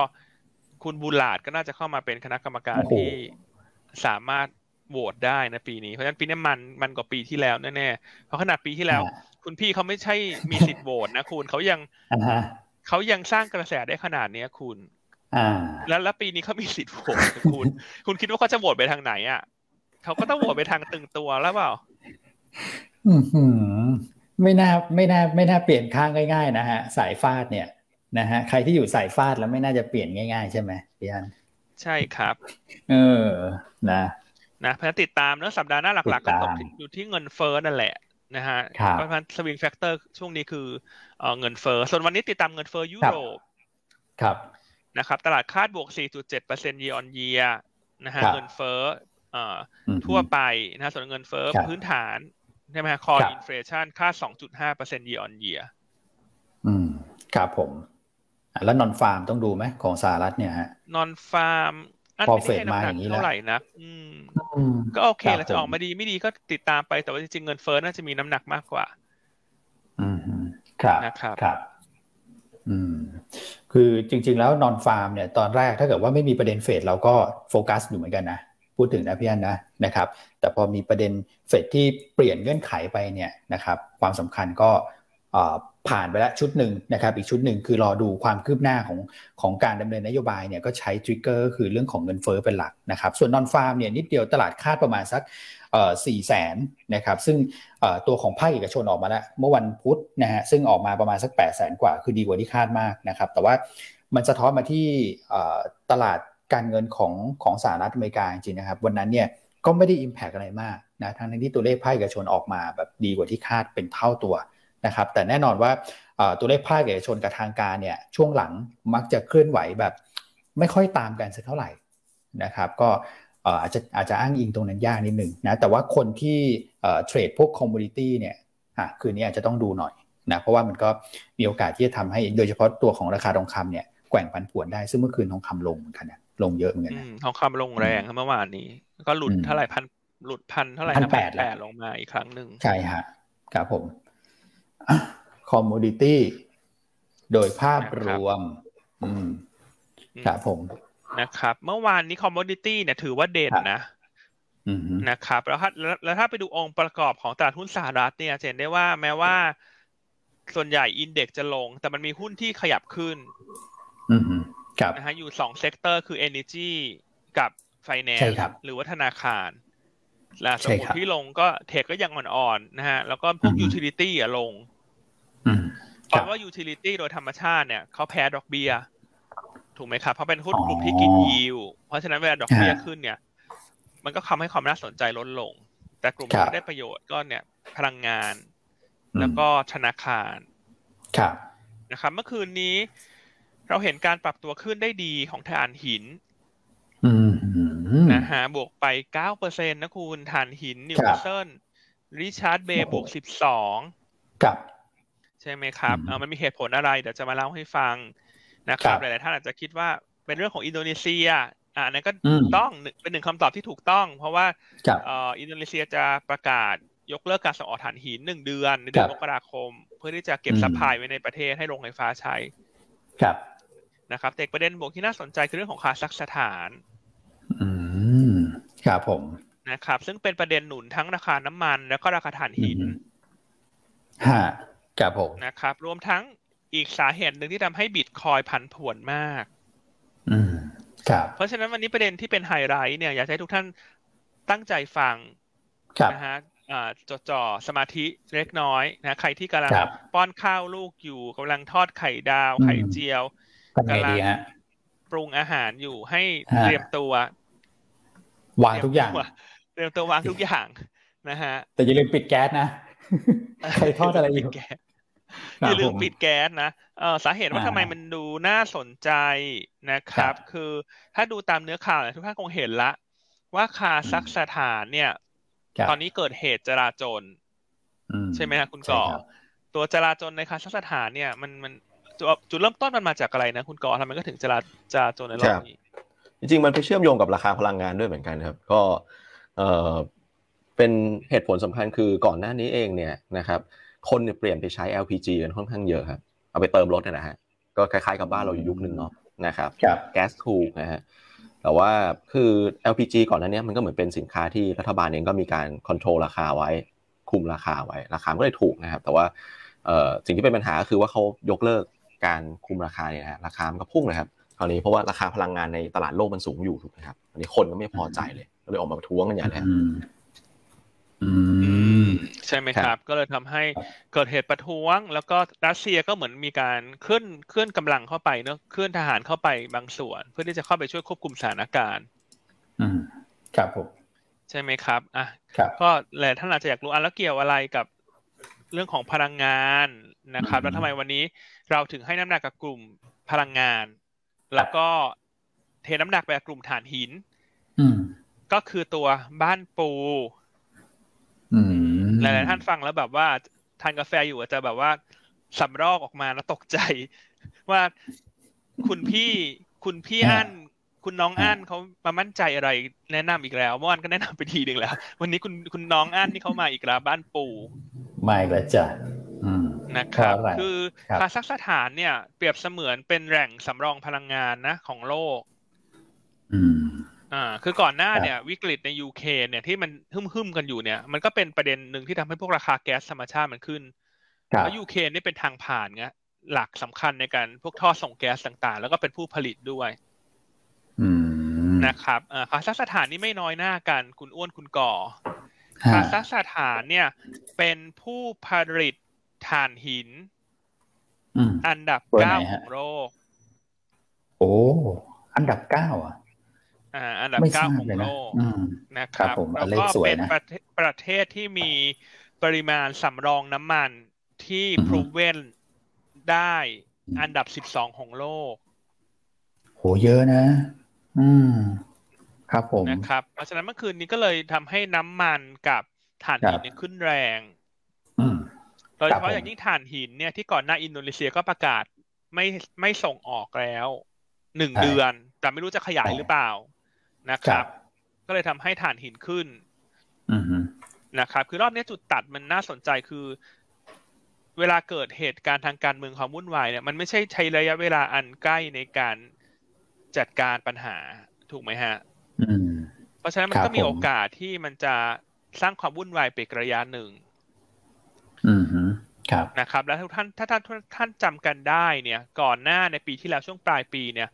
S2: คุณบูหลาดก็น่าจะเข้ามาเป็นคณะกรรมการ
S1: โอ้โห
S2: ที่สามารถโหวตได้นะปีนี้เพราะฉะนั้นปีนี้มันมันกว่าปีที่แล้วแน่ๆเพราะขนาดปีที่แล้ว คุณพี่เขาไม่ใช่มีสิทธิ์โหวตนะคุณเขายัง
S1: อ่าฮะ
S2: เขายังสร้างกระแสได้ขนาดเนี้ยคุณ
S1: อ่า
S2: แล้วแล้วปีนี้เขามีสิทธิ์โหวตนะ คุณ คุณคิดว่าเขาจะโหวตไปทางไหนอ่ะเขาก็ต้องโหวตไปทางตึงตัวแล้วเปล่า
S1: อือหือไม่น่าไม่น่าไม่น่าเปลี่ยนข้างง่าย ๆ นะฮะ สายฟาดเนี่ยนะฮะใครที่อยู่สายฟาดแล้วไม่น่าจะเปลี่ยนง่าย ๆ ใช่ไหมพี่อัน
S2: ใช่ครับ
S1: เออนะ
S2: นะเพราะฉะนั้นติดตามเนื้อะสัปดาห์หน้าหลัก
S1: ติ
S2: ๆก็
S1: ด
S2: ต
S1: ตาก ม
S2: อยู่ที่เงินเฟ้อนั่นแหละนะฮะ
S1: ครับ
S2: เพราะฉะนั้นสวิงแฟกเตอร์ช่วงนี้คือเอ่อเงินเฟ้อส่วนวันนี้ติดตามเงินเฟ้อยุโรป
S1: ครับ
S2: นะครับตลาดคาดบวก 4.7% year on year นะฮะ
S1: ครับ
S2: เงินเฟ้อเอ่อ
S1: อืม
S2: ทั่วไปนะฮะส่วนเงินเฟ้อ
S1: ครับ
S2: พื้นฐานใช่ไหมฮะ core
S1: ครับ
S2: inflation คาด 2.5% year on year
S1: อืมครับผมอ่ะแล้วนอนฟาร์มต้องดูไหมของสหรัฐเนี่ยฮะ
S2: non farm อัน
S1: พอ
S2: ไม่ได้ให้น้ำห
S1: เฟดมาอก
S2: นั
S1: ย่างนี้แล้ว
S2: เท่าไหร่นะอืม
S1: อืม
S2: ก็โอเค
S1: ครับ
S2: แหละจะ
S1: ผม
S2: ออกมาดีไม่ดีก็ติดตามไปแต่ว่าจริงๆเงินเฟ้อน่าจะมีน้ำหนักมากกว่า
S1: อืมฮึครับ
S2: นะครับ
S1: ครับ อืม คือจริง ๆ แล้วนอนฟาร์มเนี่ยตอนแรกถ้าเกิดว่าไม่มีประเด็นเฟดเราก็โฟกัสอยู่เหมือนกันนะ พูดถึงนะพี่อันนะนะครับ แต่พอมีประเด็นเฟดที่เปลี่ยนเงื่อนไขไปเนี่ยนะครับ ความสำคัญก็เอ่อผ่านไปแล้วชุดหนึ่งนะครับ อีกชุดหนึ่งคือรอดูความคืบหน้าของของการดำเนินนโยบายเนี่ยก็ใช้ทริกเกอร์คือเรื่องของเงินเฟ้อเป็นหลักนะครับ ส่วนนอนฟาร์มเนี่ยนิดเดียวตลาดคาดประมาณสัก สี่แสนนะครับซึ่งเอ่อตัวของภาคเอกชนออกมาแล้ว เมื่อวันพุธนะฮะซึ่งออกมาประมาณสัก8 0 0แสนกว่าคือดีกว่าที่คาดมากนะครับ แต่ว่ามันสะท้อนมาที่เอ่อตลาดการเงินของของสหรัฐอเมริกาจริงๆนะครับ วันนั้นเนี่ย ก็ไม่ได้ Impact อะไรมากนะทั้งที่ตัวเลขภาคเอกชนออกมาแบบดีกว่าที่คาดเป็นเท่าตัวนะครับแต่แน่นอนว่าเอ่อตัวเลขภาคเอกชนกับทางการเนี่ยช่วงหลังมักจะเคลื่อนไหวแบบไม่ค่อยตามกันสักเท่าไหร่นะครับก็เอ่ออาจจะอาจจะอ้างอิงตรงนั้นยากนิดหนึ่งนะแต่ว่าคนที่เอ่อเทรดพวกคอมมูนิตี้เนี่ยอ่ะคืนนี้อาจจะต้องดูหน่อยนะเพราะว่ามันก็มีโอกาสที่จะทำให้โดยเฉพาะตัวของราคาทองคำเนี่ยแกว่งผันผวนได้ซึ่งเมื่อคืนทองคำลงเหมือนกันนะลงเยอะเหมือนกัน
S2: อื
S1: นะ
S2: มทองคำลงแรงครับเมื่อวานนี้ ก็หลุด
S1: อืม
S2: เท่าไหร่พันหลุดพันเท่าไหร่
S1: พันแปดแล้ว
S2: แปดลงมาอีกครั้งหนึ่ง
S1: ใช่ฮะครับผมคอมมูดิตี้โดยภาพรวม อืม
S2: อืม
S1: ครับผม
S2: นะครับ เมื่อวานนี้คอมมอดิตี้เนี่ยถือว่าเด่นนะ
S1: อืมฮึ
S2: นะครับแล้วถ้าแล้วแล้วถ้าไปดูองค์ประกอบของตลาดหุ้นสหรัฐเนี่ยจะเห็นได้ว่าแม้ว่าส่วนใหญ่อินเด็กซ์จะลง แต่มันมีหุ้นที่ขยับขึ้น
S1: อืมฮึครับ
S2: นะฮะอยู่สองเซกเตอร์คือ Energy กับ
S1: ใช่
S2: Finance
S1: ครับ
S2: หรือว่าธนาคารและส
S1: ใช่
S2: มุด
S1: ครับ
S2: ที่ลงก็เทคก็ยังอ่อนๆนะฮะแล้วก็พวก
S1: อือฮึ
S2: Utility อะลง
S1: อืม
S2: เพ
S1: ครั
S2: ราะ
S1: บ
S2: ว่า Utility โดยธรรมชาติเนี่ยเขาแพ้ดอกเบี้ยถูกไหมครับ เพราะเป็นหุ้น
S1: อ๋อก
S2: ลุ่มที่กินยิวเพราะฉะนั้นเวลาดอกเบี้ย
S1: ฮะ
S2: ขึ้นเนี่ย มันก็ทำให้ความน่าสนใจลดลง แต่กลุ่ม
S1: ครับ
S2: ที่ได้ประโยชน์ก็เนี่ย พลังงาน แล้วก็ธนาคาร
S1: ครับ
S2: นะครับ เมื่อคืนนี้ เราเห็นการปรับตัวขึ้นได้ดีของถ่านหิน
S1: อืมฮึ
S2: นะฮะบวกไปเก้าเปอร์เซ็นนะคุณถ่านหินนิว
S1: ครั
S2: คา
S1: บ
S2: สเซิลริชาร์ดเบย์บวก
S1: โอ้โห
S2: สิบสอง
S1: ครับ
S2: ใช่ไหมครับ
S1: อืม
S2: เออมันมีเหตุผลอะไร เดี๋ยวจะมาเล่าให้ฟังนะค
S1: ครั
S2: รับ
S1: บ
S2: หลายๆท่านอาจจะคิดว่าเป็นเรื่องของอินโดนีเซีย อ่านั่นก็
S1: อืม
S2: ถูกต้องหนึ่งเป็นหนึ่งคำตอบที่ถูกต้อง เพราะว่า
S1: ครับ
S2: เอ่ออินโดนีเซียจะประกาศยกเลิกการส่งออกถ่านหินหนึ่งเดือนในเดือ
S1: ครับ
S2: นมกราคม เพื่อที่จะเก็บ
S1: อืม
S2: ซัพพลายไว้ในประเทศให้โรงไฟฟ้าใช้
S1: ครับ
S2: นะครับแต่อีกประเด็นบวกที่น่าสนใจคือเรื่องของคาซัคสถาน
S1: อืมครับผม
S2: นะครับ ซึ่งเป็นประเด็นหนุนทั้งราคาน้ำมัน แล้วก็ราคาถ่าน
S1: อื
S2: หิ
S1: ม
S2: น
S1: ฮึฮะครับผม
S2: นะครับ รวมทั้งอีกสาเหตุหนึ่งที่ทำให้บิตคอยน์ผันผวนมาก
S1: อืมครับ
S2: เพราะฉะนั้นวันนี้ประเด็นที่เป็นไฮไลท์เนี่ยอยากจะให้ทุกท่านตั้งใจฟัง
S1: ครับ
S2: นะฮะอ่าจดจ่อสมาธิเล็กน้อยนะใครที่กำลัง
S1: ครับ
S2: ป้อนข้าวลูกอยู่กำลังทอดไข่ดาว
S1: อืม
S2: ไข่เจียว
S1: ทำไงดีฮะ
S2: ปรุงอาหารอยู่ให้
S1: ฮะ
S2: เตรียมตัว
S1: วางทุกอย่าง
S2: เตรีมตัวเตรียมตัววางทุกอย่างนะฮะ
S1: แต่อย่าลืมปิดแก๊สนะ ใครทอดอะไรอ
S2: ปิ
S1: ยู่
S2: ดแก๊ส
S1: ครับ
S2: อย่าลืม
S1: ผม
S2: ปิดแก๊สนะเออสาเหตุว่า
S1: อ่า
S2: ทำไมมันดูน่าสนใจนะค
S1: ครั
S2: รับ บ คือถ้าดูตามเนื้อข่าวเนี่ยทุกท่านคงเห็นละ ว่าคาซัคสถานเนี่ย
S1: ครับ
S2: ตอนนี้เกิดเหตุจราจร ใช่ไหมฮะคุณ
S1: ใช่
S2: ก่อ
S1: รับ
S2: ตัวจราจรในคาซัคสถานเนี่ยมันมันจุดจุดเริ่มต้นมันมาจากอะไรนะคุณก่อทำไมก็ถึงจราจราจรในรอบนี้
S3: จริงๆ มันไปเชื่อมโยงกับราคาพลังงานด้วยเหมือนกันครับ ก็เอ่อเป็นเหตุผลสำคัญคือก่อนหน้านี้เองเนี่ยนะครับคนเนี่ยเปลี่ยนไปใช้ LPG กันค่อนข้างเยอะครับเอาไปเติมรถเนยนะฮะก็คล้ายๆกับบ้านเราอยู่ยุคนึงเนาะนะครับ
S1: ครับ
S3: แก๊สถูกนะฮะ แต่ว่าคือ LPG ก่อนหน้าเนี้ยมันก็เหมือนเป็นสินค้าที่รัฐบาลเองก็มีการคอนโทรลราคาไว้ คุมราคาไว้ ราคามันก็เลยถูกนะครับ แต่ว่าเอ่อสิ่งที่เป็นปัญหาก็คือว่าเขายกเลิกการคุมราคาเนี่ยนะฮะราคามันก็พุ่งนะครับคราวนี้เพราะว่าราคาพลังงานในตลาดโลกมันสูงอยู่ถูกไหมครับอันนี้คนก็ไม่พอใจเลยก็เลยออกมาประท้วงกันใหญ่เลยฮะ
S1: อืม อืม
S2: ใช่ไหม
S3: ค
S2: ค
S3: รั
S2: รับ บ ก็เลยทำให้เกิดเหตุประท้วง แล้วก็รัสเซียก็เหมือนมีการเคลื่อนเคลื่อนกำลังเข้าไปเนอะเคลื่อนทหารเข้าไปบางส่วน เพื่อที่จะเข้าไปช่วยควบคุมสถานการณ์
S1: อืม ครับผม
S2: ใช่ไหมครับอ่ะ
S1: ครับ
S2: ก็หลายท่านอาจจะอยากรู้อ่ะแล้วเกี่ยวอะไรกับเรื่องของพลังงานนะครับ
S1: อืม
S2: แล้วทำไมวันนี้เราถึงให้น้ำหนักกับกลุ่มพลังงาน แล้วก็เทน้ำหนักไปกับกลุ่มถ่านหิน
S1: อืม
S2: ก็คือตัวบ้านปู
S1: อืม
S2: หลายๆท่านฟังแล้วแบบว่าทานกาแฟอยู่อาจจะแบบว่าสำรอกออกมาแล้วตกใจ ว่าคุณพี่คุณพี่อั้นคุณน้องอั้นเขามามั่นใจอะไรแนะนำอีกแล้วเมื่อวานก็แนะนำไปทีหนึ่งแล้ว วันนี้คุณคุณน้องอั้นนี่เขามาอีกแล้วบ้านปู่
S1: มาอีกแล้วจ้ะอืม
S2: นะครับ
S1: ครับ
S2: คือ
S1: ครับ
S2: คาซัคสถานเนี่ย เปรียบเสมือนเป็นแหล่งสำรองพลังงานนะของโลก
S1: อืม
S2: อ่าคือก่อนหน้าเนี่ยวิกฤตในยูเคเนี่ยที่มันฮึ่มๆกันอยู่เนี่ย มันก็เป็นประเด็นหนึ่งที่ทำให้พวกราคาแก๊สธรรมชาติมันขึ้น
S1: ครับ
S2: เพราะยูเคนี่เป็นทางผ่านไงหลักสำคัญในการพวกท่อส่งแก๊สต่างๆ แล้วก็เป็นผู้ผลิตด้วย
S1: อืม
S2: นะครับเอ่อคาซัคสถานนี่ไม่น้อยหน้ากันคุณอ้วนคุณก่อ
S1: ฮะ
S2: คาซัคสถานเนี่ยเป็นผู้ผลิตถ่านหิน
S1: อืม
S2: อันดับ
S1: เบอร์ไหน
S2: เก้า
S1: ฮะ
S2: ของโลก
S1: โอ้ อันดับเก้าอ่ะ
S2: อ่าอันดับ
S1: ไม่ท
S2: เก้า
S1: ราบ
S2: ของ
S1: เลย
S2: โล
S1: นะ
S2: ก
S1: อืม
S2: นะค
S1: ครั
S2: รั
S1: บบ ผมอั
S2: แล้
S1: น
S2: ว
S1: เลข
S2: ก็
S1: สวย
S2: เป็น
S1: นะ
S2: ประเทศประเทศที่มีปริมาณสำรองน้ำมันที่
S1: อือฮึ
S2: พรูเวนได้อันดับสิบสองของโลก
S1: โหเยอะนะ อืม ครับผม
S2: นะครับเพราะฉะนั้นเมื่อคืนนี้ก็เลยทำให้น้ำมันกับถ่านหิ
S1: ครั
S2: น
S1: บ
S2: เนี่ยขึ้นแรง
S1: อืม
S2: โดยเฉ
S1: ครับผ
S2: พาะ
S1: ม
S2: อย่างยิ่งถ่านหินเนี่ยที่ก่อนหน้าอินโดนีเซียก็ประกาศไม่ไม่ส่งออกแล้วหนึ่งเดือน แต่ไม่รู้จะขยายหรือเปล่านะค
S1: ครั
S2: รับ บ ก็เลยทำให้ถ่านหินขึ้น
S1: อืมฮึ
S2: นะครับ คือรอบเนี้ยจุดตัดมันน่าสนใจคือ เวลาเกิดเหตุการณ์ทางการเมืองความวุ่นวายเนี่ยมันไม่ใช่ใช้ระยะเวลาอันใกล้ในการจัดการปัญหาถูกไหมฮะ
S1: อืม
S2: เพราะฉะนั้นมั
S1: คน รับ
S2: ก็มี
S1: ผม
S2: โอกาสที่มันจะสร้างความวุ่นวายไปอีกระยะหนึ่ง
S1: อืมฮึครับ
S2: นะครับแล้วทุกท่านถ้าท่านท่านจำกันได้เนี่ย ก่อนหน้าในปีที่แล้วช่วงปลายปีเนี่ย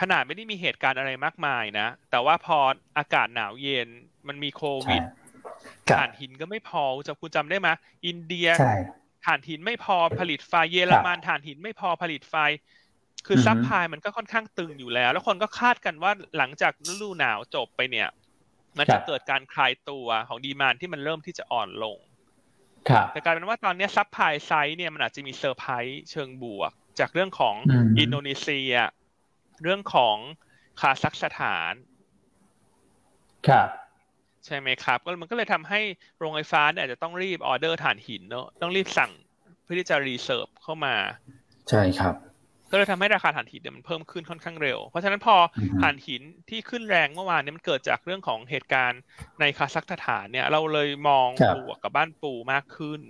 S2: ขนาดไม่ได้มีเหตุการณ์อะไรมากมายนะ แต่ว่าพออากาศหนาวเย็นมันมีโค
S1: ใช่
S2: วิด
S1: ครับ
S2: ถ่านหินก็ไม่พอคุณจำคุณจำได้ไหมอินเดีย
S1: ใช่
S2: ถ่านหินไม่พอผลิตไฟเยอรมันถ่านหินไม่พอผลิตไฟ คือ
S1: อฮึ
S2: ซัพพลายมันก็ค่อนข้างตึงอยู่แล้ว แล้วคนก็คาดกันว่าหลังจากฤดูหนาวจบไปเนี่ย มันจะเกิดการคลายตัวของดีมานที่มันเริ่มที่จะอ่อนลง
S1: ครับ
S2: แต่กลายเป็นว่าตอนเนี้ซัพพลายไซด์เนี่ยมันอาจจะมีเซอร์ไพรส์เชิงบวก จากเรื่องของ
S1: อืม
S2: อินโดนีเซีย เรื่องของคาซัคสถาน
S1: ครับ
S2: ใช่ไหมครับ ก็มันก็เลยทำให้โรงไฟฟ้าเนี่ยอาจจะต้องรีบออเดอร์ถ่านหินเนอะต้องรีบสั่งเพื่อที่จะรีเซิร์ฟเข้ามา
S1: ใช่ครับ
S2: ก็เลยทำให้ราคาถ่านหินเนี่ยมันเพิ่มขึ้นค่อนข้างเร็ว เพราะฉะนั้นพออ
S1: อฮึ
S2: ถ่านหินที่ขึ้นแรงเมื่อวานเนี่ยมันเกิดจากเรื่องของเหตุการณ์ในคาซัคสถานเนี่ยเราเลยมองบวกกับบ้านปูมากขึ้น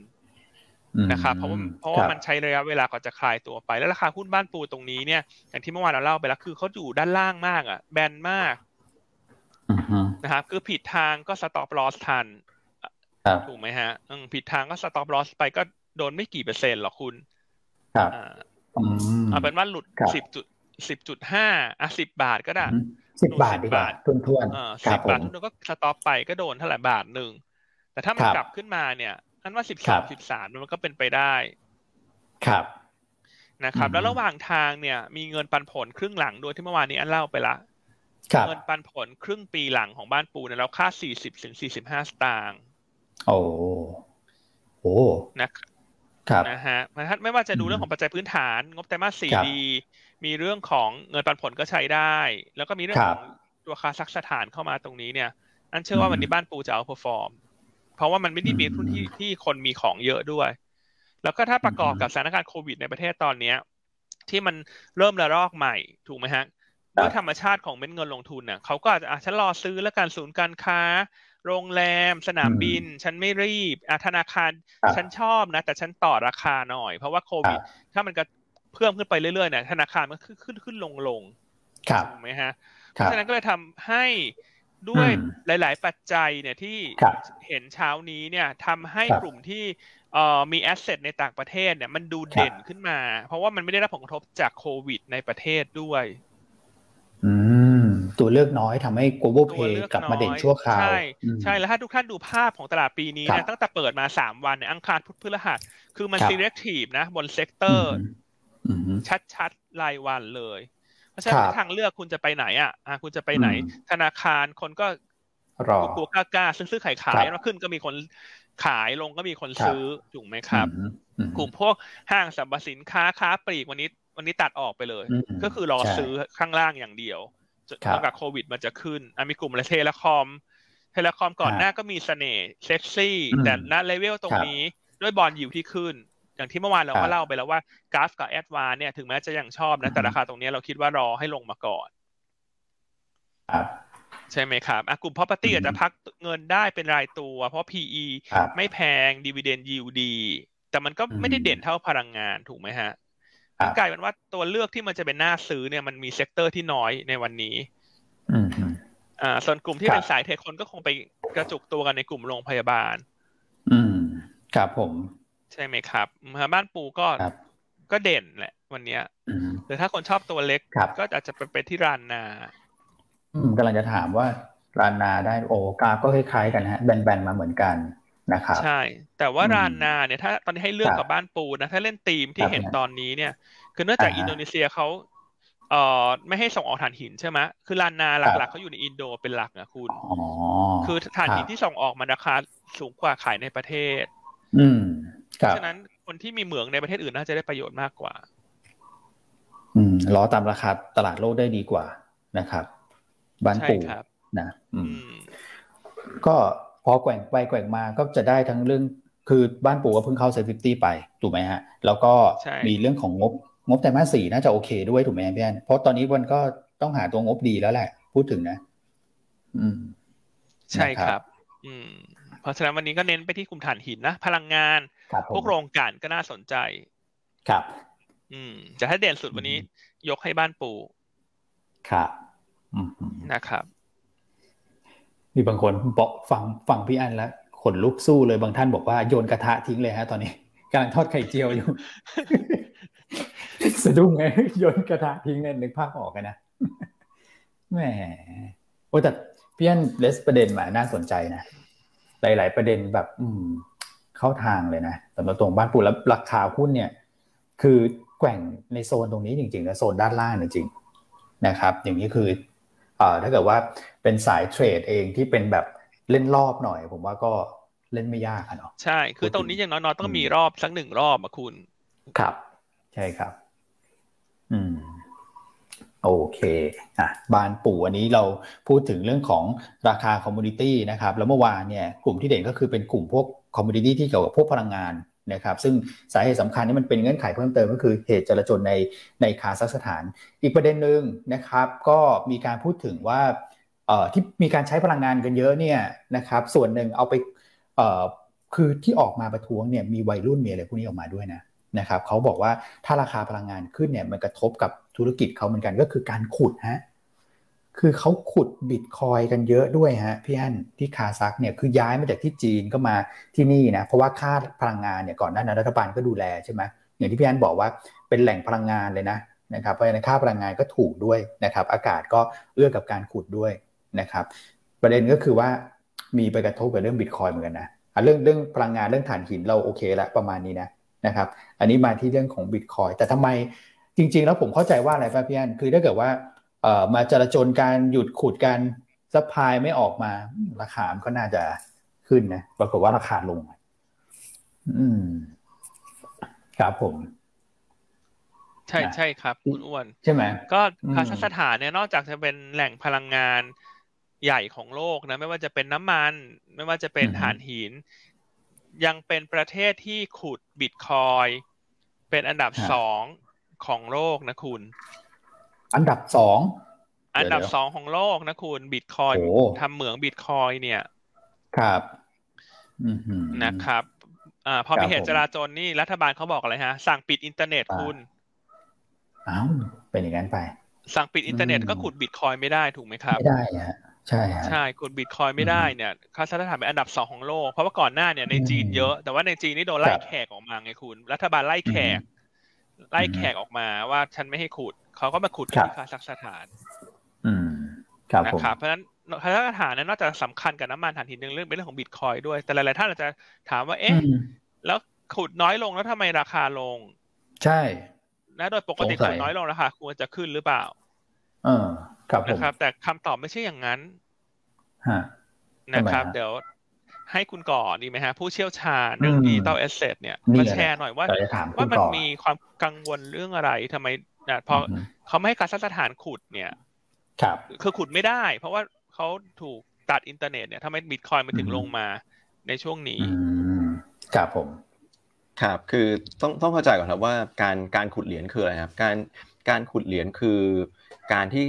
S1: อืม
S2: นะครับเพราะว่าเพราะว่า
S1: คบ
S2: มันใช้ระยะเวลาก่อนจะคลายตัวไปแล้วราคาหุ้นบ้านปูตรงนี้เนี่ยอย่างที่เมื่อวานเราเล่าไปแล้วคือเขาอยู่ด้านล่างมากอ่ะแบนมาก
S1: อืมฮึ
S2: นะครับคือผิดทางก็สต็อปลอสทัน
S1: ครับ
S2: ถูกไหมฮะอืมผิดทางก็สต็อปลอสไปก็โดนไม่กี่เปอร์เซ็นต์หรอกคุณ
S1: ครับ
S2: อ่า
S1: อืม
S2: เอาเป็นว่าหลุด
S1: ครับ
S2: สิบจุดสิบจุดห้าอ่ะสิบบาทก็ได้
S1: อืมสิบบาทดีกว่า
S2: สิบบาท
S1: ทุนทวน
S2: เออ
S1: ค
S2: สิ
S1: รั
S2: บบ
S1: ผ
S2: บาท
S1: ม
S2: ทุกคนก็สต็อปไปก็โดนเท่าไหร่บาทหนึ่งแต่ถ้ามัน
S1: ครับ
S2: กลับขึ้นมาเนี่ยอันว่าสิบ
S1: ครั
S2: สาม
S1: บ
S2: สิบสามมันก็เป็นไปได้
S1: ครับ
S2: นะครับ
S1: อืม
S2: แล้วระหว่างทางเนี่ยมีเงินปันผลครึ่งหลังด้วยที่เมื่อวานนี้อันเล่าไปละ
S1: ครับ
S2: เงินปันผลครึ่งปีหลังของบ้านปูเนี่ยเราค่า 40ถึง45 สตางค์
S1: โอ้โห
S2: นะครับ นะฮะมันถ้าไม่ว่าจะดู
S1: อืม
S2: เรื่องของปัจจัยพื้นฐาน งบไตรมาสสี่
S1: ครับ
S2: ดีมีเรื่องของเงินปันผลก็ใช้ได้ แล้วก็มีเรื่อง
S1: ครั
S2: ข
S1: บ
S2: องตัวคาซักสถานเข้ามาตรงนี้เนี่ย อันเชื่อว่า
S1: อืม
S2: วันนี้บ้านปูจะเอาพอฟอร์ม เพราะว่ามันไม่ได้มี
S1: อืม
S2: ทุนที่ที่คนมีของเยอะด้วย แล้วก็ถ้าประกอบกับสถานการณ์โควิดในประเทศตอนเนี้ย ที่มันเริ่มระลอกใหม่ถูกไหมฮะ
S1: ครับ
S2: ด้วยธรรมชาติของเม็ดเงินลงทุนน่ะเขาก็อาจจะอ่ะฉันรอซื้อแล้วกันศูนย์การค้า โรงแรม สนามบิน ฉันไม่รีบอ่ะธนาคาร
S1: ครับ
S2: ฉันชอบนะ แต่ฉันต่อราคาหน่อย เพราะว่าโควิด ถ้ามันก็เพิ่มขึ้นไปเรื่อยๆเนี่ยธนาคารมันก็ขึ้นขึ้นขึ้นลงลง
S1: ครับ
S2: ถูกไหมฮะ เพ
S1: ครั
S2: ราะ
S1: บ
S2: ฉะนั้นก็เลยทำให้ด้วย
S1: อืม
S2: หลาย ๆ ปัจจัยเนี่ยที่
S1: ครับ
S2: เห็นเช้านี้เนี่ยทำให้
S1: ครับ
S2: กลุ่มที่เอ่อมีแอสเซทในต่างประเทศเนี่ยมันดูเด่นขึ้นมา เพราะว่ามันไม่ได้รับผลกระทบจากโควิดในประเทศด้วย
S1: ืมตัวเลือกน้อยทำให้ global
S2: ตัว
S1: play
S2: เลือก
S1: กลับมาเด่น
S2: อย
S1: ชั่วคราว
S2: ใช่
S1: อืม
S2: ใช่แล้วถ้าทุกท่านดูภาพของตลาดปีนี้
S1: ครับ
S2: นะตั้งแต่เปิดมาสามวันเนี่ยอังคารพุธพฤหัส คือมัน
S1: ครับ
S2: selective นะ บนเซกเตอร์
S1: อืม
S2: ชัดๆรายวันเลย เพราะฉะ
S1: ค
S2: นั้
S1: รั
S2: น
S1: บ
S2: ทางเลือกคุณจะไปไหนอ่ะอ่ะคุณจะไปไหน
S1: อืม
S2: ธนาคารคนก็
S1: รอ
S2: กลัวกล้ากล้าซื้อซื้อขาย
S1: ครั
S2: ขาย
S1: บ
S2: มาขึ้นก็มีคนขายลงก็มีคน
S1: ครับ
S2: ซื้อถูกไหมครับ
S1: อืมอืม
S2: กลุ่มพวกห้างสรรพสินค้าค้าปลีกวันนี้ วันนี้ตัดออกไปเลย
S1: อืม
S2: ก็คือรอ
S1: ใช่
S2: ซื้อข้างล่างอย่างเดียวจน
S1: ครับ
S2: จนกว่าโควิดมันจะขึ้นอ่ะมีกลุ่มอะไรเทเลคอม เทเลคอมก่อน
S1: ฮะ
S2: หน้าก็มีเสน่ห์เซ็กซี่
S1: อืม
S2: แต่ณเลเวลตร
S1: ค
S2: ง
S1: รับ
S2: นี้ด้วยบอลยิวที่ขึ้น อย่างที่เมื่อวานเรา
S1: ครั
S2: ก็
S1: บ
S2: เล่าไปแล้วว่ากราฟกับแอดวานเนี่ยถึงแม้จะยังชอบนะแต่
S1: อืม
S2: ราคาตรงเนี้ยเราคิดว่ารอให้ลงมาก่อน
S1: ครับ
S2: ใช่ไหมครับอ่ะกลุ่ม property
S1: อืม
S2: อาจจะพักเงินได้เป็นรายตัว เพราะ PE
S1: ครับ
S2: ไม่แพง dividend yield ดี แต่มันก็ไม่ได้
S1: อืม
S2: เด่นเท่าพลังงานถูกไหมฮะ
S1: ครับ
S2: มันกลายเป็นว่าตัวเลือกที่มันจะเป็นหน้าซื้อเนี่ยมันมีเซกเตอร์ที่น้อยในวันนี้
S1: อืม
S2: อ่าส่วนกลุ่มที่
S1: ครับ
S2: เป็นสายเทคคนก็คงไปกระจุกตัวกันในกลุ่มโรงพยาบาล
S1: อืมครับผม
S2: ใช่ไหมครับอืมบ้านปูก็
S1: ครับ
S2: ก็เด่นแหละวันเนี้ย
S1: อืม
S2: หรือถ้าคนชอบตัวเล็ก
S1: ครับ
S2: ก็อาจจะไปเป็นที่รานนา
S1: อืมกำลังจะถามว่าลานาได้โอกราฟก็คล้ายๆกันฮะแบนๆมาเหมือนกันนะครับ
S2: ใช่ แต่ว่า
S1: อืม
S2: รานนาเนี่ยถ้าตอนนี้ให้เลือ
S1: ค
S2: ก
S1: รับ
S2: กับบ้านปูนะ ถ้าเล่นทีม
S1: ค
S2: ที่
S1: รับ
S2: เห็นตอนนี้เนี่ย คือเนื่องจาก
S1: อ่าฮะ
S2: อินโดนีเซียเขา เอ่อไม่ให้ส่งออกถ่านหินใช่ไหมคือลานนาหลักๆเขาอยู่ในอินโดเป็นหลักนะคุณ
S1: อ๋อ
S2: คือถ่านหิ
S1: ค
S2: น
S1: รับ
S2: ที่ส่งออกมันราคาสูงกว่าขายในประเทศ
S1: อืมครับ
S2: ฉะนั้นคนที่มีเหมืองในประเทศอื่นน่าจะได้ประโยชน์มากกว่า
S1: อืมล้อตามราคาตลาดโลกได้ดีกว่านะครับบ้าน
S2: ใช่
S1: ปู่
S2: ครับ
S1: นะอื
S2: อื
S1: ม
S2: ม
S1: ก็พอแกว่งไปแกว่งมาก็จะได้ทั้งเรื่องคือบ้านปู่ก็เพิ่งเข้าเซฟตี้ไปถูกไหมฮะ แล้วก็
S2: ใช่
S1: มีเรื่องของงบงบไตรมาสสี่น่าจะโอเคด้วยถูกไหมพี่แอนเพราะตอนนี้มันก็ต้องหาตัวงบดีแล้วแหละ พูดถึงนะ อืม
S2: ใช่ค
S1: นะครั
S2: รับ
S1: บ
S2: อืม เพราะฉะนั้นวันนี้ก็เน้นไปที่กลุ่มถ่านหินนะ พลังงาน
S1: ครับผม
S2: พวกโรงกลั่นก็น่าสนใจ
S1: ครับ
S2: อืมแต่ถ้าเด่นสุดวันนี้ ยกให้บ้านปู่
S1: ครับอืม
S2: นะครับ
S1: มีบางคนบอกฟังฟังพี่แอนแล้วขนลุกสู้เลยบางท่านบอกว่าโยนกระทะทิ้งเลยฮะ ตอนนี้กำลังทอดไข่เจียวอยู่ สะดุ้งไงโยนกระทะทิ้งเนี่ยนึกภาพออกกันนะ แหมโอ้แต่พี่อันเลสประเด็นมาน่าสนใจนะ หลาย ๆ ประเด็นแบบ อืม เข้าทางเลยนะสำหรับตรงบ้านปูแล้วราคาหุ้นเนี่ย คือแกว่งในโซนตรงนี้จริงๆนะโซนด้านล่างจริงๆนะครับ อย่างนี้คือเอ่อถ้าเกิดว่าเป็นสายเทรดเองที่เป็นแบบเล่นรอบหน่อย ผมว่าก็เล่นไม่ยากอะเนาะ
S2: ใช่ คือตรงนี้อย่างน้อยๆต้องมี
S1: อืม
S2: รอบสักหนึ่งรอบอะคุณ
S1: ครับ ใช่ครับ อืม โอเคอ่ะบานปู่อันนี้เราพูดถึงเรื่องของราคาคอมมูนิตี้นะครับ แล้วเมื่อวานเนี่ยกลุ่มที่เด่นก็คือเป็นกลุ่มพวกคอมมูนิตี้ที่เกี่ยวกับพวกพลังงานนะครับ ซึ่งสาเหตุสำคัญนี่มันเป็นเงื่อนไขเพิ่มเติมก็คือเหตุจลาจลในในคาซัคสถาน อีกประเด็นหนึ่งนะครับ ก็มีการพูดถึงว่าเอ่อที่มีการใช้พลังงานกันเยอะเนี่ยนะครับ ส่วนหนึ่งเอาไปเอ่อคือที่ออกมาประท้วงเนี่ยมีวัยรุ่นมีอะไรพวกนี้ออกมาด้วยนะ นะครับเขาบอกว่าถ้าราคาพลังงานขึ้นเนี่ยมันกระทบกับธุรกิจเขาเหมือนกันก็คือการขุดฮะคือเขาขุดบิตคอยน์กันเยอะด้วยฮะพี่อันที่คาซักเนี่ยคือย้ายมาจากที่จีนก็มาที่นี่นะเพราะว่าค่าพลังงานเนี่ยก่อนหน้านั้นรัฐบาลก็ดูแลใช่ไหมอย่างที่พี่อันบอกว่าเป็นแหล่งพลังงานเลยนะนะครับเพราะฉะนั้นค่าพลังงานก็ถูกด้วยนะครับ อากาศก็เอื้อกับการขุดด้วยนะครับ ประเด็นก็คือว่ามีไปกระทบกับเรื่องบิตคอยน์เหมือนกันนะอ่ะเรื่องเรื่องพลังงานเรื่องถ่านหินเราโอเคละประมาณนี้นะนะครับ อันนี้มาที่เรื่องของบิตคอยแต่ทำไมจริง ๆ แล้วผมเข้าใจว่าอะไรป่ะพี่อันคือถ้าเกิดว่าเอ่อมาจราจนการหยุดขุดการซัพพลายไม่ออกมาราคามันก็น่าจะขึ้นนะปรากฏว่าราคาลง อืม ครับผม
S2: ใช่
S1: นะ
S2: ใช่ครับ คุณอ้วน
S1: ใช่ไหม
S2: ก็
S1: อืม
S2: คาซัคสถานเนี่ยนอกจากจะเป็นแหล่งพลังงานใหญ่ของโลกนะ ไม่ว่าจะเป็นน้ำมัน ไม่ว่าจะเป็นถ่านหิน ยังเป็นประเทศที่ขุดบิตคอยน์เป็นอันดับสองของโลกนะคุณ
S1: อันดับสอง
S2: อันดับ
S1: เดี๋ยว
S2: สองของโลกนะคุณบิตคอยน์
S1: โอ้
S2: ทำเหมืองบิตคอยน์เนี่ย
S1: ครับ อือหือ
S2: นะครับอ่าพอ
S1: ครับ
S2: มีเหตุ
S1: ผม
S2: จราจรนี่รัฐบาลเขาบอกอะไรฮะ สั่งปิดอินเทอร์เน็ต
S1: อ่า
S2: คุณ
S1: เอ้าเป็นอย่างนั้นไป
S2: สั่งปิดอินเทอร์เน็ต
S1: อืม
S2: ก็ขุดบิตคอยน์ไม่ได้ถูกไหมครับ
S1: ไม่ได้ฮะใช่ฮะ
S2: ใช่ขุดบิตคอยน์ไม่ได้เนี่ยคาซัคสถานเป็นอันดับสองของโลก เพราะว่าก่อนหน้าเนี่ยใน
S1: อืม
S2: จีนเยอะ แต่ว่าในจีนนี่โดนไล่
S1: ครับ
S2: แขกออกมาไงคุณ รัฐบาลไล่แขก ไล่แขกออกมาว่าฉันไม่ให้ขุดเขาก็มาขุด
S1: ครับ
S2: ที่คาซัคสถาน
S1: อืม ครับ
S2: นะ
S1: ผม
S2: ครับเพราะฉะนั้นคาซัคสถานเนั้นนอกจากสำคัญกับน้ำมันถ่านหินยังเรื่องเป็นเรื่องของบิตคอยน์ด้วย แต่หลายๆท่านอาจจะถามว่าเอ๊ะ
S1: อืม
S2: แล้วขุดน้อยลงแล้วทำไมราคาลง
S1: ใช่
S2: นะโดยปกติ
S1: สงสัย
S2: ขุดน้อยลงราคาควรจะขึ้นหรือเปล่า
S1: เออ ครับผม
S2: นะครับ แต่คำตอบไม่ใช่อย่างนั้น
S1: ฮะ
S2: นะครับ
S1: ทำไมฮะ
S2: เดี๋ยวให้คุณก่อนดีไหมฮะ ผู้เชี่ยวชาญเรื่อง
S1: อืม
S2: ดิจิตอลแอสเซทเนี่ย
S1: นี่
S2: มา
S1: แหละ
S2: แชร์หน่อยว่า
S1: แต่จะถามคุ
S2: ว่า
S1: ณ
S2: มัน
S1: ต่อ
S2: มีความกังวลเรื่องอะไรทำไมนะพออ
S1: อืม
S2: เขาไม่ให้การสถานขุดเนี่ย
S1: ครับ
S2: คือขุดไม่ได้ เพราะว่าเขาถูกตัดอินเทอร์เน็ตเนี่ยทำไมบิตคอยมันถึง
S1: อืม
S2: ลงมาในช่วงนี้
S1: อืมครับผม
S3: ครับ คือต้องต้องเข้าใจก่อนครับว่าการการขุดเหรียญคืออะไรครับ การการขุดเหรียญคือการที่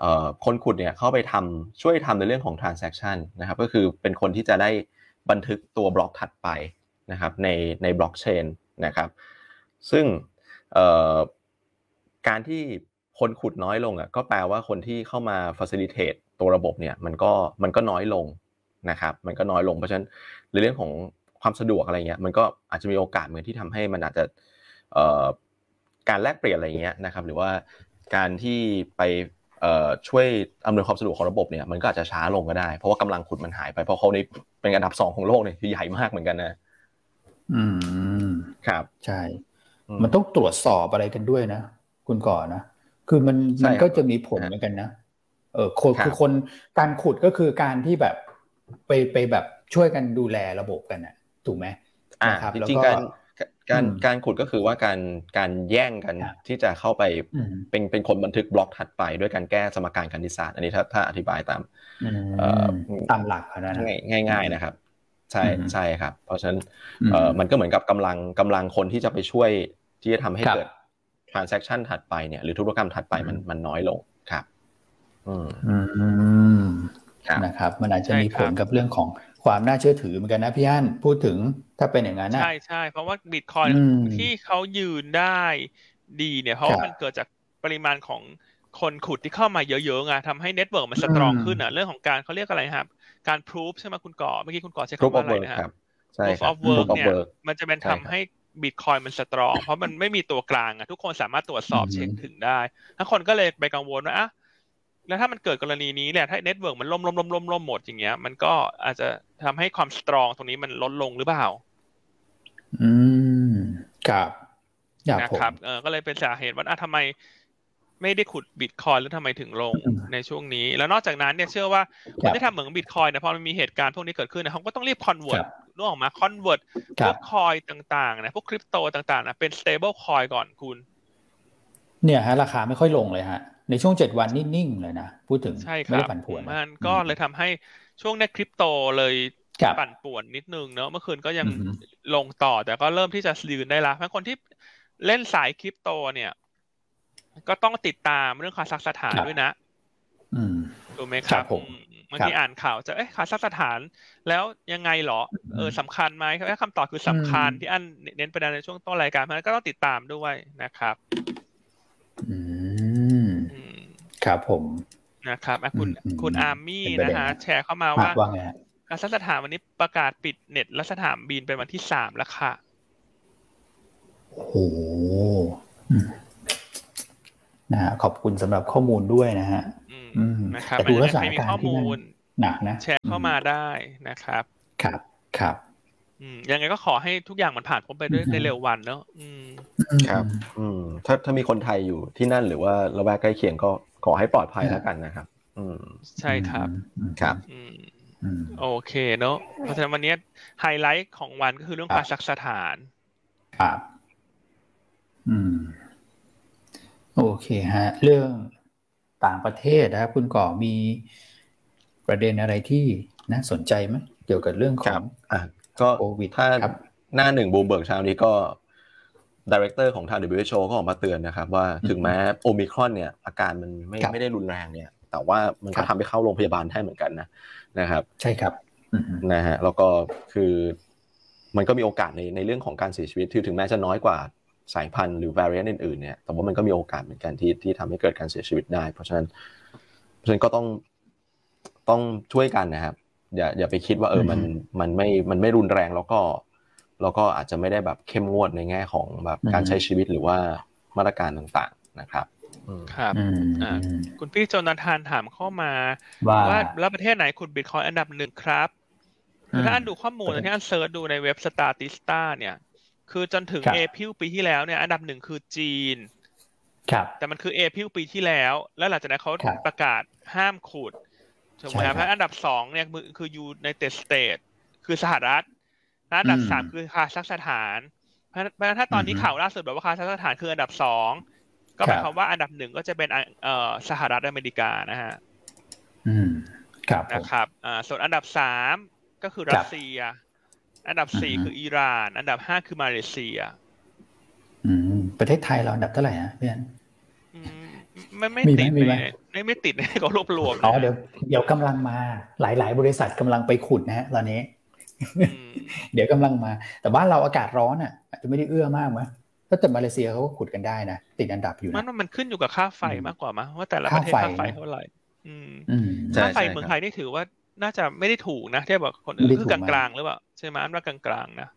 S3: เอ่อคนขุดเนี่ยเข้าไปทำช่วยทำในเรื่องของ transaction นะครับ ก็คือเป็นคนที่จะได้บันทึกตัวบล็อกถัดไปนะครับในในบล็อกเชนนะครับ ซึ่งเอ่อการที่คนขุดน้อยลงอ่ะก็แปลว่าคนที่เข้ามา facilitate ตัวระบบเนี่ยมันก็มันก็น้อยลงนะครับ มันก็น้อยลงเพราะฉะนั้น หรือเรื่องของความสะดวกอะไรเงี้ยมันก็อาจจะมีโอกาสเหมือนที่ทำให้มันอาจจะเอ่อการแลกเปลี่ยนอะไรเงี้ยนะครับหรือว่าการที่ไปเอ่อช่วยอำนวยความสะดวกของระบบเนี่ยมันก็อาจจะช้าลงก็ได้ เพราะว่ากำลังขุดมันหายไปเพราะเขานี่เป็นอันดับสองของโลกเนี่ยคือใหญ่มากเหมือนกันนะ
S1: อืม
S3: ครับ
S1: ใช่
S3: อื
S1: มันต้องตรวจสอบอะไรกันด้วยนะ คุณก่อนะ คือมัน
S3: ใช่
S1: มัน
S3: ครับ
S1: ก็จะมีผลเหมือนกันนะ เออคน
S3: ครับ
S1: คือคนการขุดก็คือการที่แบบไปไปแบบช่วยกันดูแลระบบกันอ่ะ ถูกไหม
S3: ะ
S1: นะครับ
S3: จ
S1: แล้วก็
S3: ริงๆการการ
S1: อืม
S3: การขุดก็คือว่าการการแย่งกัน
S1: อ่ะ
S3: ที่จะเข้าไป
S1: อืม
S3: เป็นเป็นคนบันทึกบล็อกถัดไปด้วยการแก้สมการคณิตศาสตร์อันนี้ถ้าถ้าอธิบายตาม เอ่อ
S1: ตามหลักอะนะ
S3: ง่ายง่ายๆนะครับ ใช่
S1: อืม
S3: ใช่ครับ เพราะฉะนั้น
S1: ม
S3: เอ่อมันก็เหมือนกับกำลังกำลังคนที่จะไปช่วยที่จะทำให้
S1: ครับ
S3: เกิด transaction ถัดไปเนี่ยหรือธุรกรรมถัดไปมัน
S1: อืม
S3: มันน้อยลงครับ อืม
S1: ม
S3: ครับ
S1: นะครับ มันอาจจะมี
S2: ใช่
S1: ผ
S2: ครับ
S1: ลกับเรื่องของความน่าเชื่อถือเหมือนกันนะพี่อั้นพูดถึงถ้าเป็นอย่างนั้นนะ
S2: ใช่ใช่เพราะว่าบิตคอย
S1: อืม
S2: ที่เขายืนได้ดีเนี่ย เพราะ
S1: ครับ
S2: ว่ามันเกิดจากปริมาณของคนขุดที่เข้ามาเยอะๆไงทำให้เน็ตเวิร์กมันสตรอง
S1: อืม
S2: ขึ้นอ่ะเรื่องของการเขาเรียกอะไรครับ การพรูฟใช่ไหมคุณก่อเมื่อกี้คุณก่อใช้
S3: กรุ๊ป
S2: คำ
S3: ออ
S2: ว่า
S3: ฟ
S2: อะไร
S3: เวิ
S2: นะ
S3: ร์กค
S2: ค
S3: รั
S2: รับ
S3: บ ใช่
S2: proof
S3: ครับ
S2: of work
S3: proof of
S2: เนี่ย
S3: work
S2: มันจะเป็น
S3: ใช่ครั
S2: ทำ
S3: บ
S2: ให้บิตคอยมันสตรอง เพราะมันไม่มีตัวกลางอะทุกคนสามารถตรวจสอบ
S1: อืม
S2: เช็คถึงได้ถ้าคนก็เลยไปกังวลว่าอ่ะแล้วถ้ามันเกิดกรณีนี้แหละถ้าเน็ตเวิร์กมันล่มล่มล่มล่มล่มหมดอย่างเงี้ย มันก็อาจจะทำให้ความสตรองตรงนี้มันลดลงหรือเปล่า
S1: อืมครับอยาก
S2: นะ
S1: ผม
S2: ครับ เออก็เลยเป็นสาเหตุว่าอ่ะทำไมไม่ได้ขุดบิตคอยแล้วทำไมถึงลง
S1: อืม
S2: ในช่วงนี้ แล้วนอกจากนั้นเนี่ยเชื่อว่าค
S1: ครั
S2: น
S1: บ
S2: ที่ทำเหมืองบิตคอยเนี่ยพอมันมีเหตุการณ์พวกนี้เกิดขึ้นเนี่ยเขาก็ต้องรีบคอนเวิร์
S1: ค
S2: ต
S1: รับ
S2: นึกออกมาคอนเวิร์ต
S1: ค
S2: พ
S1: รั
S2: ว
S1: บ
S2: กคอยต่างๆนะพวกคริปโตต่างๆนะเป็น stable coin ก่อนคุณ
S1: เนี่ยฮะราคาไม่ค่อยลงเลยฮะ ในช่วงเจ็ดวันนี่นิ่งเลยนะ พูดถึง
S2: ใช่ค
S1: ไม่
S2: รั
S1: ได้
S2: บ
S1: ผันผวนนะ
S2: มันก็เลยทำให้ช่วงเนี้ยคริปโตเลย
S1: ครับ
S2: ปั่นป่วนนิดนึงเนอะเมื่อคืนก็ยัง
S1: อือหือ
S2: ลงต่อแต่ก็เริ่มที่จะยืนได้ละเพราะคนที่เล่นสายคริปโตเนี่ย ก็ต้องติดตามเรื่องคาซัคสถานด้วยนะ
S1: อืม
S2: ถูกไหมค
S1: ครั
S2: รับบ
S1: ผม
S2: อืมบางที
S1: ครับ
S2: อ่านข่าวจะเอ๊ะคาซัคสถาน แล้วยังไงเหรอเออสำคัญไหมเอ้ยคำตอบคือสำคัญ
S1: อืม
S2: ที่อันเน้นประเด็นในช่วงต้นรายการเพราะฉะนั้นก็ต้องติดตามด้วยนะครับ
S1: อืม
S2: อืม
S1: ครับผม
S2: นะครับอ่ะคุณ
S1: อืม
S2: คุณอาร์มี่
S1: เป็นประเด็
S2: นะ
S1: น
S2: ฮะ
S1: นะ
S2: แชร์เข้ามา
S1: มา
S2: ว่า
S1: ว่าไงฮะ
S2: คาซัคสถานวันนี้ประกาศปิดเน็ตและสนามบินเป็นวันที่สามแล้วค่ะ
S1: โอ้โหอืมนะฮะขอบคุณสำหรับข้อมูลด้วยนะฮะ
S2: อืม
S1: อืม
S2: นะครับ
S1: แต่ดูแล้ว
S2: ใครมี
S1: สถานการณ์
S2: ข้อ
S1: ที่นั่น
S2: มูล
S1: หนักนะ
S2: แชร์เข้ามาได้นะครับ
S1: ครับ ครับ
S2: อืมยังไงก็ขอให้ทุกอย่างมันผ่านพ้นไปด้วย
S1: อือฮึ
S2: ในเร็ววันเนอะอืม
S3: ครับ อืมถ้าถ้ามีคนไทยอยู่ที่นั่นหรือว่าระแวกใกล้เคียงก็ขอให้ปลอดภัยแล้วกันนะครับ อืม
S2: ใช่ครับ
S1: อืม
S3: ครับ
S2: อืม
S1: อืม
S2: โอเคเนอะเพราะฉะนั้นวันนี้ไฮไลท์ของวันก็คือเรื่อง
S1: ครับ
S2: คาซัคสถาน
S1: ครับ อืม โอเคฮะ เรื่องต่างประเทศนะครับ คุณก่อมีประเด็นอะไรที่น่าสนใจไหมเกี่ยวกับเรื่องข
S3: ค
S1: อ
S3: รั
S1: ง
S3: บอ่ะก็
S1: โควิด
S3: ถ้า
S1: ครับ
S3: หน้าหนึ่งบูมเบิร์กเช้านี้ก็ดีเรคเตอร์ของทาง WHO ก็ออกมาเตือนนะครับ ว่าถึงแม้โอมิครอนเนี่ยอาการมันไม่
S1: ครับ
S3: ไม่ได้รุนแรงเนี่ย แต่ว่ามัน
S1: ค
S3: ก็
S1: รับ
S3: ทำให้เข้าโรงพยาบาลได้เหมือนกันนะนะครับ
S1: ใช่ครับ อืม
S3: นะฮะแล้วก็คือมันก็มีโอกาสในในเรื่องของการเสียชีวิตถือถึงแม้จะน้อยกว่าสายพันธุ์หรือ variant อื่นๆเนี่ยแต่ว่ามันก็มีโอกาสเหมือนกันที่ที่ทำให้เกิดการเสียชีวิตได้ เพราะฉะนั้นเพราะฉะนั้นก็ต้องต้องช่วยกันนะครับ อย่าอย่าไปคิดว่าเออมัน
S1: อืม
S3: มันไม่มันไม่รุนแรงแล้วก็แล้วก็อาจจะไม่ได้แบบเข้มงวดในแง่ของแบบ
S1: อืม
S3: การใช้ชีวิตหรือว่ามาตรการต่างๆนะครับอืม
S2: ครับ
S1: อืม
S2: อ่า คุณพี่โจนาธานถามเข้ามา
S1: ว่า
S2: ว่าแล้วประเทศไหนคุณบิตคอยอันดับหนึ่งครับ
S1: อืม
S2: ถ้าอันดูข้อมูลนะที่อันเซิร์ชดูในเว็บสตาติสตาเนี่ย คือจนถึง
S1: ครับ
S2: เอพิลปีที่แล้วเนี่ย อันดับหนึ่งคือจีน
S1: ครับ
S2: แต่มันคือเอพิลปีที่แล้ว แล้วหลังจากนั้นเขา
S1: ครับ
S2: ประกาศห้ามขุดถูกไหม
S1: ใช่
S2: ค
S1: ครับบ
S2: รัเพราะอันดับสองเนี่ยมือคือยูในเตสเตทคือสหรัฐและอันดับ
S1: อืม
S2: สามคือคาซัคสถานเพราะเพราะฉะนั้นถ้าตอนนี้
S1: อือฮึ
S2: ข่าวล่าสุดบอกว่าคาซัคสถานคืออันดับสองก็ห
S1: ครับ
S2: มายความว่าอันดับหนึ่งก็จะเป็นอันเอ่อสหรัฐอเมริกานะฮะ
S1: อืม ครับผ
S2: นะ
S1: ม
S2: ครับอ่าส่วนอันดับสามก็คือ
S1: ครับ
S2: รัสเซีย อันดับสี่
S1: อือฮึ
S2: คืออิหร่าน อันดับห้าคือมาเลเซีย
S1: อืม ประเทศไทยเราอันดับเท่าไหร่ฮะเพื่อน
S2: อืมไม่ไม่
S1: มีไหม
S2: ติด
S1: มีไหม
S2: ในไม่ไม่ติดใน กรวบรวมนะ
S1: อ๋อ
S2: ฮะ
S1: เดี๋ยวเดี๋ยวกำลังมาหลาย ๆ บริษัทกำลังไปขุดนะฮะตอนนี้
S2: อืม
S1: เดี๋ยวกำลังมา แต่บ้านเราอากาศร้อนอ่ะอาจจะไม่ได้เอื้อมากมั้ยถ้าแต่มาเลเซียเขาก็ขุดกันได้นะ ติดอันดับอยู่
S2: มั
S1: นะ
S2: นมันขึ้นอยู่กับค่าไฟ
S1: อืม
S2: มากกว่ามั้งว่าแต่ละประเทศ
S1: ค่าไฟ
S2: ค่าไฟเท่าไหร่ อืม
S1: อืม
S3: ใช่
S2: ค่าไฟเมืองไทยนี่ถือว่าน่าจะไม่ได้ถูกนะเทียบกับคนอื่
S1: ไม่
S2: น
S1: ได้
S2: คื
S1: ถู
S2: อก ก
S1: มาก
S2: ลางๆหรือเปล่าใช่ไหมอันว่ากลางๆนะ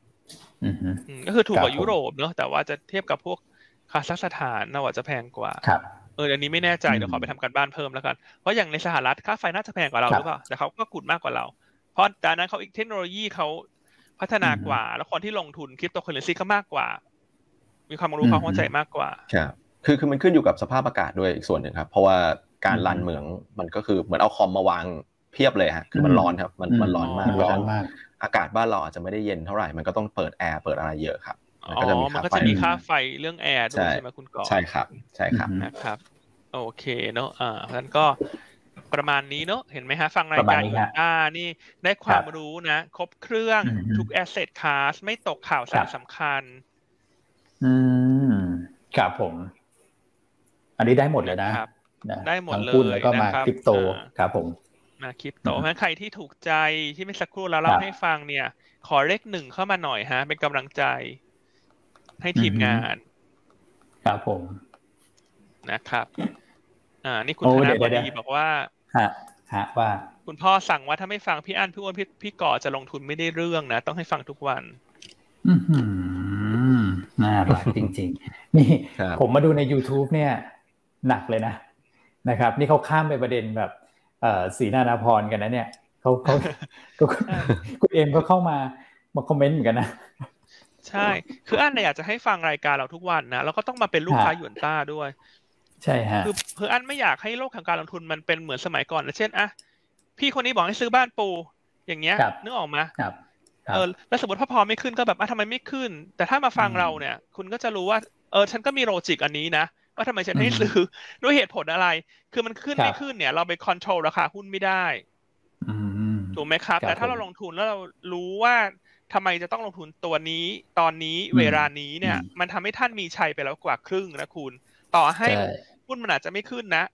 S1: อืม
S2: อืมก็คือถูกกว่า
S1: ครับผม
S2: ยุโรปเนอะแต่ว่าจะเทียบกับพวกคาซัคสถานน่าจะแพงกว่า
S1: ครับ
S2: เอออันนี้ไม่แน่ใจเดี๋ยวขอไปทำการบ้านเพิ่มแล้วกันเพราะอย่างในสหรัฐค่าไฟน่าจะแพงกว่าเรา
S1: ครั
S2: ห
S1: บ
S2: รือเปล่าแต่เขาก็ขุดมากกว่าเรา เพราะตอนนั้นเขาอีกเทคโนโลยีเขาพัฒนากว่า แล้วคนที่ลงทุนคริปโตเคอเรนซีก็มากกว่า มีความรู้
S1: อืม
S2: ความเข้าใจมากกว่า
S3: ครับ คือคือมันขึ้นอยู่กับสภาพอากาศด้วยอีกส่วนหนึ่งครับ เพราะว่าการลันเหมืองมันก็คือเหมือนเอาคอมมาวางเพียบเลยฮะคือมันร้อนครับ มันมันร้อนมาก
S1: มัน
S3: เพราะ
S1: ร้อน
S3: ฉะนั้น
S1: มาก
S3: อากาศบ้านเราอาจจะไม่ได้เย็นเท่าไหร่มันก็ต้องเปิดแอร์เปิดอะไรเยอะครับ
S2: อ๋
S3: มันก็จะมี
S2: อมัน
S3: ค่า
S2: ก็จะมีค่า
S3: ไฟ
S2: ไฟเรื่องแอร์ด้วย
S3: ใช่
S2: ใช่ไหมคุณกอล์ฟ
S3: ใช่ครับใช่ครับ
S1: อืม
S2: นะครับ โอเคเนาะอ่าเพราะฉะนั้นก็ประมาณนี้เนาะเห็นไหมฮะ ฟังราย
S1: ประมาณนี้
S2: การอี
S1: ฮะ
S2: กอ่านี่ได้ควา
S1: ครั
S2: ม
S1: บ
S2: รู้นะ ครบเครื่อง
S1: อืม
S2: ทุก asset class ไม่ตกข่าวสา
S1: ครั
S2: ร
S1: บ
S2: สำคัญ
S1: อืมครับผม อันนี้ได้หมดเลยนะครับ นะ
S2: ได้หมด
S1: ทั้งหุ้น
S2: เลย
S1: แล้วก็มา
S2: นะครับ
S1: คริปโต
S2: อ่า
S1: ครับผม
S2: มาคริปโต
S1: อืม
S2: เพราะฉะนั้นใครที่ถูกใจที่ไม่อสักครู่เรา
S1: ค
S2: เล่า
S1: รับ
S2: ให้ฟังเนี่ย ขอเลขหนึ่งเข้ามาหน่อยฮะ เป็นกำลังใจ ให้ทีม
S1: อือฮึ
S2: งาน
S1: ครับผม
S2: นะครับ อ่า นี่คุณ
S1: โอ้
S2: ธ
S1: เดี๋
S2: นา
S1: ยว
S2: บ
S1: เดี๋
S2: ดี
S1: ยว
S2: บอกว่า
S1: ฮะฮะว่า
S2: คุณพ่อสั่งว่าถ้าไม่ฟังพี่อั้นพี่อ้วนพี่พี่ก่อจะลงทุนไม่ได้เรื่องนะ ต้องให้ฟังทุกวัน
S1: อื้อหือน่ารักจริง ๆ นี่
S3: ครับ
S1: ผมมาดูใน YouTube เนี่ย หนักเลยนะนะครับ นี่เขาข้ามไปประเด็นแบบเอ่อสีนานาพรกันนะเนี่ยเขาเขา เขาคุณเอ็มก็เข้ามามาคอมเมนต์เหมือนกันนะ
S2: ใช่ คืออั้นเนี่ยอยากจะให้ฟังรายการเราทุกวันนะแล้วก็ต้องมาเป็นลูกค้า
S1: ครับ
S2: หยวนต้าด้วย
S1: ใช่ฮะ
S2: คือคืออันไม่อยากให้โลกของการลงทุนมันเป็นเหมือนสมัยก่อนนะเช่นอ่ะพี่คนนี้บอกให้ซื้อบ้านปู อย่างเงี้ย
S1: ครับ
S2: นึกออกมา
S1: ครับ ครับ
S2: เออแล้วสมมติพอพอไม่ขึ้นก็แบบอ่ะทำไมไม่ขึ้น แต่ถ้ามาฟัง
S1: อืม
S2: เราเนี่ย คุณก็จะรู้ว่า เออฉันก็มีโลจิกอันนี้นะว่าทำไมฉันให้ซื้อ ด้วยเหตุผลอะไร คือมันขึ้น
S1: ครับ
S2: ไม่ขึ้นเนี่ย เราไปคอนโทรลราคาหุ้นไม่ได้
S1: อืม
S2: ถูกไหมครับ
S1: ครับ
S2: แต่ถ้าเราลงทุนแล้วเรารู้ว่าทำไมจะต้องลงทุนตัวนี้ ตอนนี้
S1: อืม
S2: เวลานี้เนี่ย
S1: อืม
S2: มันทำให้ท่านมีชัยไปแล้วกว่าครึ่งนะคุณ ต่อให้
S1: ใช่
S2: หุ้นมันอาจจะไม่ขึ้นนะ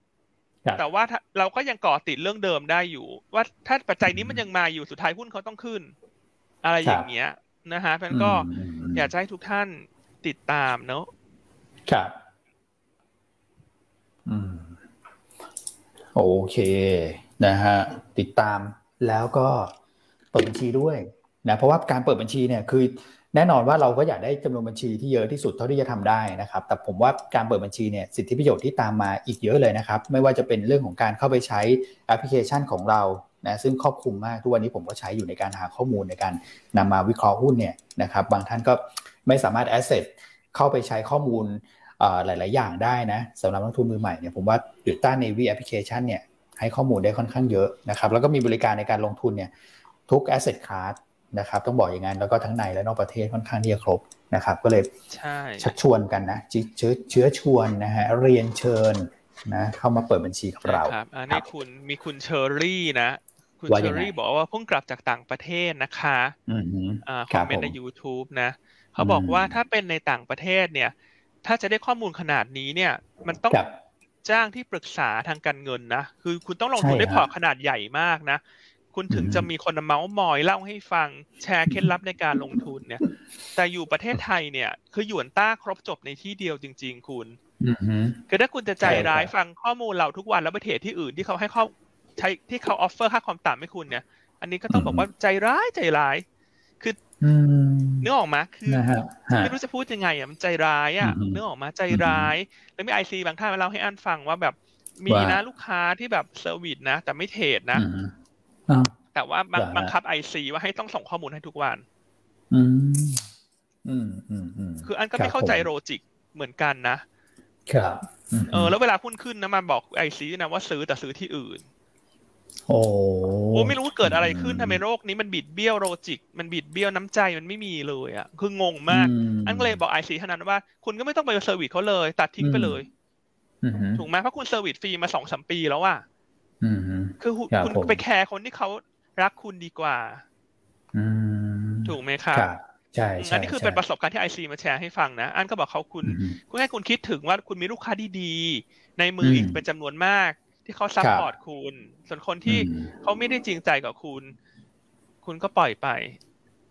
S1: ครับ
S2: แต่ว่าถ้าเราก็ยังเก่อติดเรื่องเดิมได้อยู่ ว่าถ้าปัจจัยนี้มันยังมาอยู่สุดท้ายหุ้นเขาต้องขึ้น อะไร
S1: ค
S2: อ
S1: รับ
S2: ย่างเงี้ยนะฮะเพราะฉะนั้นก็
S1: มม
S2: อยากจะให้ทุกท่านติดตามเนอะ
S1: ครับ อืม โอเคนะฮะติดตามแล้วก็เปิดบัญชีด้วยนะเพราะว่าการเปิดบัญชีเนี่ยคือ แน่นอนว่าเราก็อยากได้จำนวนบัญชีที่เยอะที่สุดเท่าที่จะทำได้นะครับ แต่ผมว่าการเปิดบัญชีเนี่ยสิทธิประโยชน์ที่ตามมาอีกเยอะเลยนะครับ ไม่ว่าจะเป็นเรื่องของการเข้าไปใช้แอปพลิเคชันของเรานะซึ่งครอบคลุมมากทุกวันนี้ผมก็ใช้อยู่ในการหาข้อมูลในการนำมาวิเคราะห์หุ้นเนี่ยนะครับ บางท่านก็ไม่สามารถ Asset เข้าไปใช้ข้อมูล เอ่อหลาย ๆ อย่างได้นะสำหรับนักทุนมือใหม่เนี่ยผมว่าดิจิต a ลเนวีแอปพลิเคชันเนี่ยให้ข้อมูลได้ค่อนข้างเยอะนะครับแล้วก็มีบริการในการลงทุนเนี่ยทุก Asset Class นะครับต้องบอกอย่างนั้น แล้วก็ทั้งในและนอกประเทศค่อนข้างที่จะครบนะครับก็เลย
S2: ใช่
S1: ชักชวนกันนะจิเชื้อเชื้อชวนนะฮะเรียนเชิญนะเข้ามาเปิดบัญชีกับเรา
S2: นะครับอันนี้คุณมีคุณเชอรี่นะ คุณ
S1: ว่า
S2: เช
S1: ยั
S2: อง
S1: ไง
S2: รี่บอกว่าเพิ่งกลับจากต่างประเทศนะคะ
S1: อืมฮึ
S2: อ่า
S1: ค
S2: คอ
S1: รั
S2: ม
S1: บ
S2: เมน
S1: ผม
S2: ต์ใน YouTube นะเขาบอกว่า
S1: อืม
S2: ถ้าเป็นในต่างประเทศเนี่ย ถ้าจะได้ข้อมูลขนาดนี้เนี่ย มันต้อง
S1: ครับ
S2: จ้างที่ปรึกษาทางการเงินนะ คือคุณต้องลง
S1: ใช่
S2: ทุนด้วย
S1: ฮะ
S2: พอร์ตขนาดใหญ่มากนะ คุณถึง
S1: อืม
S2: จะมีคนมาเมาส์มอยเล่าให้ฟังแชร์เคล็ดลับในการลงทุนเนี่ย แต่อยู่ประเทศไทยเนี่ย คือหยวนต้าครบจบในที่เดียวจริง ๆ คุณ
S1: อืมฮึ
S2: คือถ้าคุณจะใจ
S1: ใช่ครับ
S2: ร้ายฟังข้อมูลเราทุกวันแล้วไปเทรดที่อื่นที่เขาให้ข้อใช้ที่เขาออฟเฟอร์ค่าความต่ำให้คุณเนี่ย อันนี้ก็ต้อ
S1: อื
S2: ง
S1: ม
S2: บอกว่าใจร้ายใจร้าย
S1: อืม
S2: นึกออกมาคือ
S1: นะฮะฮะ
S2: ไม่รู้จะพูดยังไงอ่ะมันใจร้ายอ่ะ
S1: อืม
S2: นึกออกมาใจร้าย แล้วมีไอซีบางท่านมาเล่าให้อันฟังว่าแบบมี
S1: ว่า
S2: นะลูกค้าที่แบบเซอร์วิสนะ แต่ไม่เทรดนะ
S1: อืมอ้าว
S2: แต่ว่าบัง
S1: เหรอฮะ
S2: บังคับไอซีว่าให้ต้องส่งข้อมูลให้ทุกวัน
S1: อืมอืมอืมอืม
S2: คืออันก็ไม่เข้าใจ
S1: ครับผ
S2: โลจิกเหมือนกันนะครับ
S1: ม
S2: เออแล้วเวลาหุ้นขึ้นนะมาบอกไอซีนะว่าซื้อแต่ซื้อที่อื่น
S1: โอ้
S2: โอ้ไม่รู้ว่าเกิดอะไรขึ้น
S1: อืม
S2: ทำไมโรคนี้มันบิดเบี้ยวโลจิก มันบิดเบี้ยวน้ำใจมันไม่มีเลยอ่ะคืองงมาก อันก็เลยบอกไอซีเท่านั้นว่า คุณก็ไม่ต้องไปเซอร์วิสเขาเลย ตัดทิ้งไปเลย
S1: อืม
S2: ถูกไหมเพราะคุณเซอร์วิสฟรีมาสองสามปีแล้วอ่ะ
S1: อืม
S2: คือคุณ
S1: ครับ
S2: คุณ
S1: ผม
S2: ไปแคร์คนที่เขารักคุณดีกว่า
S1: อืม
S2: ถูกไหม
S1: ค
S2: ครั
S1: รั
S2: บบ
S1: ใช่
S2: อืม
S1: ใช่
S2: อันนี้คือเป็นประสบการณ์ที่ไอซีมาแชร์ให้ฟังนะ อันก็บอกเขาคุณ
S1: อืม
S2: คุณให้คุณคิดถึงว่าคุณมีลูกค้าดีๆ ในมืออีก
S1: อืม
S2: เป็นจำนวนมาก ที่เขาซัพพอร์ตคุณ ส่วนคนที่
S1: อืม
S2: เขาไม่ได้จริงใจกับคุณ คุณก็ปล่อยไป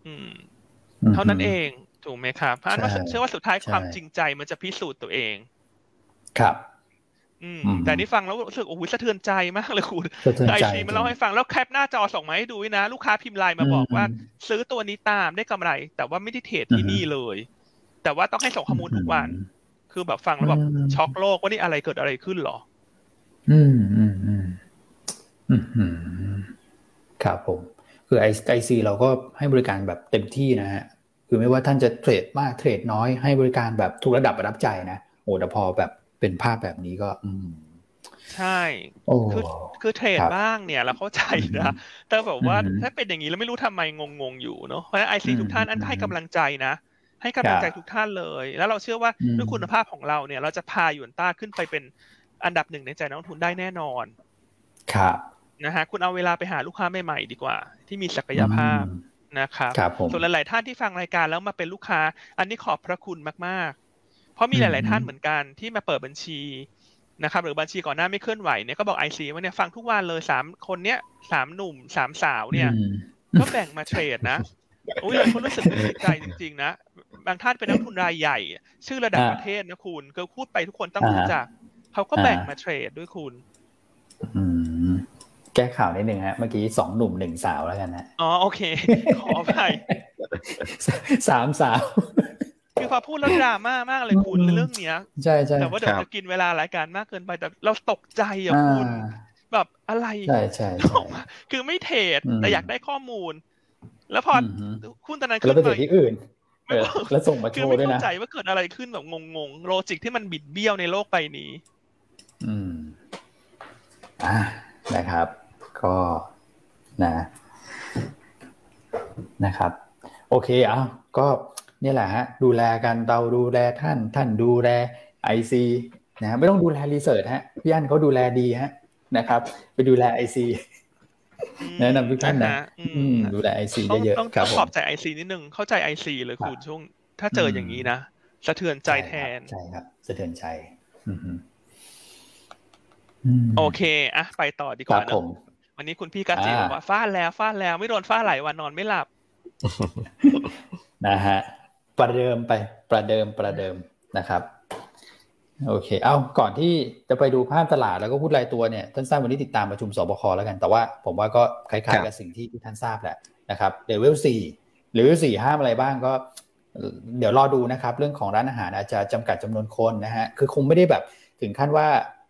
S2: อืม เท่านั้นเองถูกไหมครับเพราะฉะนั้นว่า
S1: ใช่
S2: เชื่อว่าสุดท้าย
S1: ใช่
S2: ความจริงใจมันจะพิสูจน์ตัวเอง
S1: ครับ
S2: อืม
S1: อืม
S2: แต่นี่ฟังแล้วรู้สึกโอ้โหสะเทือนใจมากเลยคุณ
S1: สะเทือน
S2: ไอ
S1: ใจ
S2: ซีมาเล่าให้ฟังแล้วแคปหน้าจอส่งมาให้ดูด้วยนะ ลูกค้าพิมพ์ไลน์มาบอกว่า ซื้อตัวนี้ตามได้กำไร แต่ว่าไม่ได้เทรดที่นี่เลย แต่ว่าต้องให้ส่งข้อมูลทุกวัน คือแบบฟังแล้วแบบช็อกโลกว่านี่อะไรเกิดอะไรขึ้นเหรอ
S1: อืมอืมอืมอืมอืมครับผม คือไอไอซีเราก็ให้บริการแบบเต็มที่นะฮะ คือไม่ว่าท่านจะเทรดมากเทรดน้อยให้บริการแบบทุกระดับประทับใจนะ โอ้แต่พอแบบ เป็นภาพแบบนี้ก็ อืม
S2: ใช่
S1: โอ้
S2: คือคือเทรด
S1: ครับ
S2: บ้างเนี่ยเราเข้าใจนะแต่แบบว่า
S1: อืม
S2: ถ้าเป็นอย่างนี้แล้วไม่รู้ทำไมงงๆอยู่เนาะเพราะไอซี
S1: อืม
S2: ทุกท่านอันให้กำลังใจนะ ให้กำลังใจ
S1: ครับ
S2: ทุกท่านเลย แล้วเราเชื่อว่า
S1: อืม
S2: ด้วยคุณภาพของเราเนี่ย เราจะพาหยวนต้าขึ้นไปเป็นอันดับหนึ่งในใจนักลงทุนได้แน่นอน
S1: ครับ
S2: นะฮะคุณเอาเวลาไปหาลูกค้าใหม่ๆดีกว่า ที่มีศักยภาพ
S1: อืม
S2: นะครับ
S1: ครับผม
S2: ส่วนหลาย ๆ ท่านที่ฟังรายการแล้วมาเป็นลูกค้า อันนี้ขอบพระคุณมาก ๆ เพราะมี
S1: อื
S2: ห
S1: ม
S2: ลาย ๆ ท่านเหมือนกันที่มาเปิดบัญชีนะครับ หรือบัญชีก่อนหน้าไม่เคลื่อนไหวเนี่ยก็บอกไอซีว่าเนี่ยฟังทุกวันเลยสามคนเนี้ยสามหนุ่มสามสาวเนี่ย
S1: อืม
S2: ก็แบ่งมาเทรดนะอุ้ยเลยคนรู้สึกดีใจจริง ๆ นะ บางท่านเป็นนักทุนรายใหญ่ ชื่อระดับ
S1: อ่า
S2: ประเทศนะคุณก็พูดไปทุกคนต้อง
S1: อ่า
S2: รู้จักเขาก็แบ่ง
S1: อ่าม
S2: มาเทรดด้วยคุณ
S1: อืมแก้ข่าวนิดหนึ่งฮะเมื่อกี้สองหนุ่มหนึ่งสาวแล้วกันนะ
S2: อ๋อโอเค ขออภัย
S1: สามสาว
S2: คือพอพูดแล้วดราม่ามากเลยคุณเรื่องเนี้ย
S1: ใช่ใช่
S2: แต่ว่าเดี๋ยว
S3: ครับ
S2: จะกินเวลารายการมากเกินไปแต่เราตกใจอ่ะ
S1: อ่า
S2: คุณแบบอะไร
S1: ใช่ใช่
S2: อ
S1: ใช่
S2: อกมาคือไม่เทรด
S1: อืม
S2: แต่อยากได้ข้อมูล แล้วพออ
S1: มฮึ
S2: คุณตอนนั้น
S1: แล้ว
S2: ขึ้น
S1: ไปเจ
S2: มา
S1: อที่อื่นเออแล้วส่งมาโช
S2: คือ
S1: ว์
S2: ไม่
S1: ด้วย
S2: เข้า
S1: นะ
S2: ใจว่าเกิดอะไรขึ้นแบบงงๆโลจิกที่มันบิดเบี้ยวในโลกใบนี้
S1: อืมอ่านะครับ ก็นะนะครับ โอเคเอ้าก็เนี่ยแหละฮะ ดูแลกันเราดูแลท่าน ท่านดูแลไอซีนะฮะไม่ต้องดูแลรีเสิร์ชฮะพี่อันเขาดูแลดีฮะนะครับ ไปดูแลไอซี
S2: อืม
S1: แนะนำทุกท่านนะ
S2: ฮอืม
S1: อืมดูแลไอซี
S2: ต้อง
S1: เยอะ
S2: ต้อง
S1: ๆครับ
S2: ต้อง
S1: ผ
S2: ขอ
S1: ม
S2: บใจไอซีนิดนึงเข้าใจไอซีเลยคุณช่วง ถ้าเจออ
S1: ม
S2: อย่างนี้นะสะเทือนใจแทน
S1: ใช่ครับใช่ครับสะเทือนใจอืมฮึอืม
S2: โอเคอ่ะไปต่อดีก
S1: ครับ
S2: ว่าเน
S1: ผ
S2: อะ
S1: ม
S2: วันนี้คุณพี่กาจิ
S1: อ่า
S2: บอกว่าฟาดแล้วฟาดแล้วไม่โดนฟาดหลายวันนอนไม่หลับ
S1: นะฮะประเดิมไปประเดิมประเดิมนะครับ โอเค เอาก่อนที่จะไปดูภาพตลาดแล้วก็พูดรายตัวเนี่ยท่านทราบวันนี้ติดตามประชุมสบคแล้วกัน แต่ว่าผมว่าก็คล้ายๆกับสิ่งที่ท่านทราบแหละนะครับเลเวลสี่เลเวลสี่ห้ามอะไรบ้างก็เดี๋ยวรอดูนะครับ เรื่องของร้านอาหารอาจจะจำกัดจำนวนคนนะฮะคือคงไม่ได้แบบถึงขั้นว่า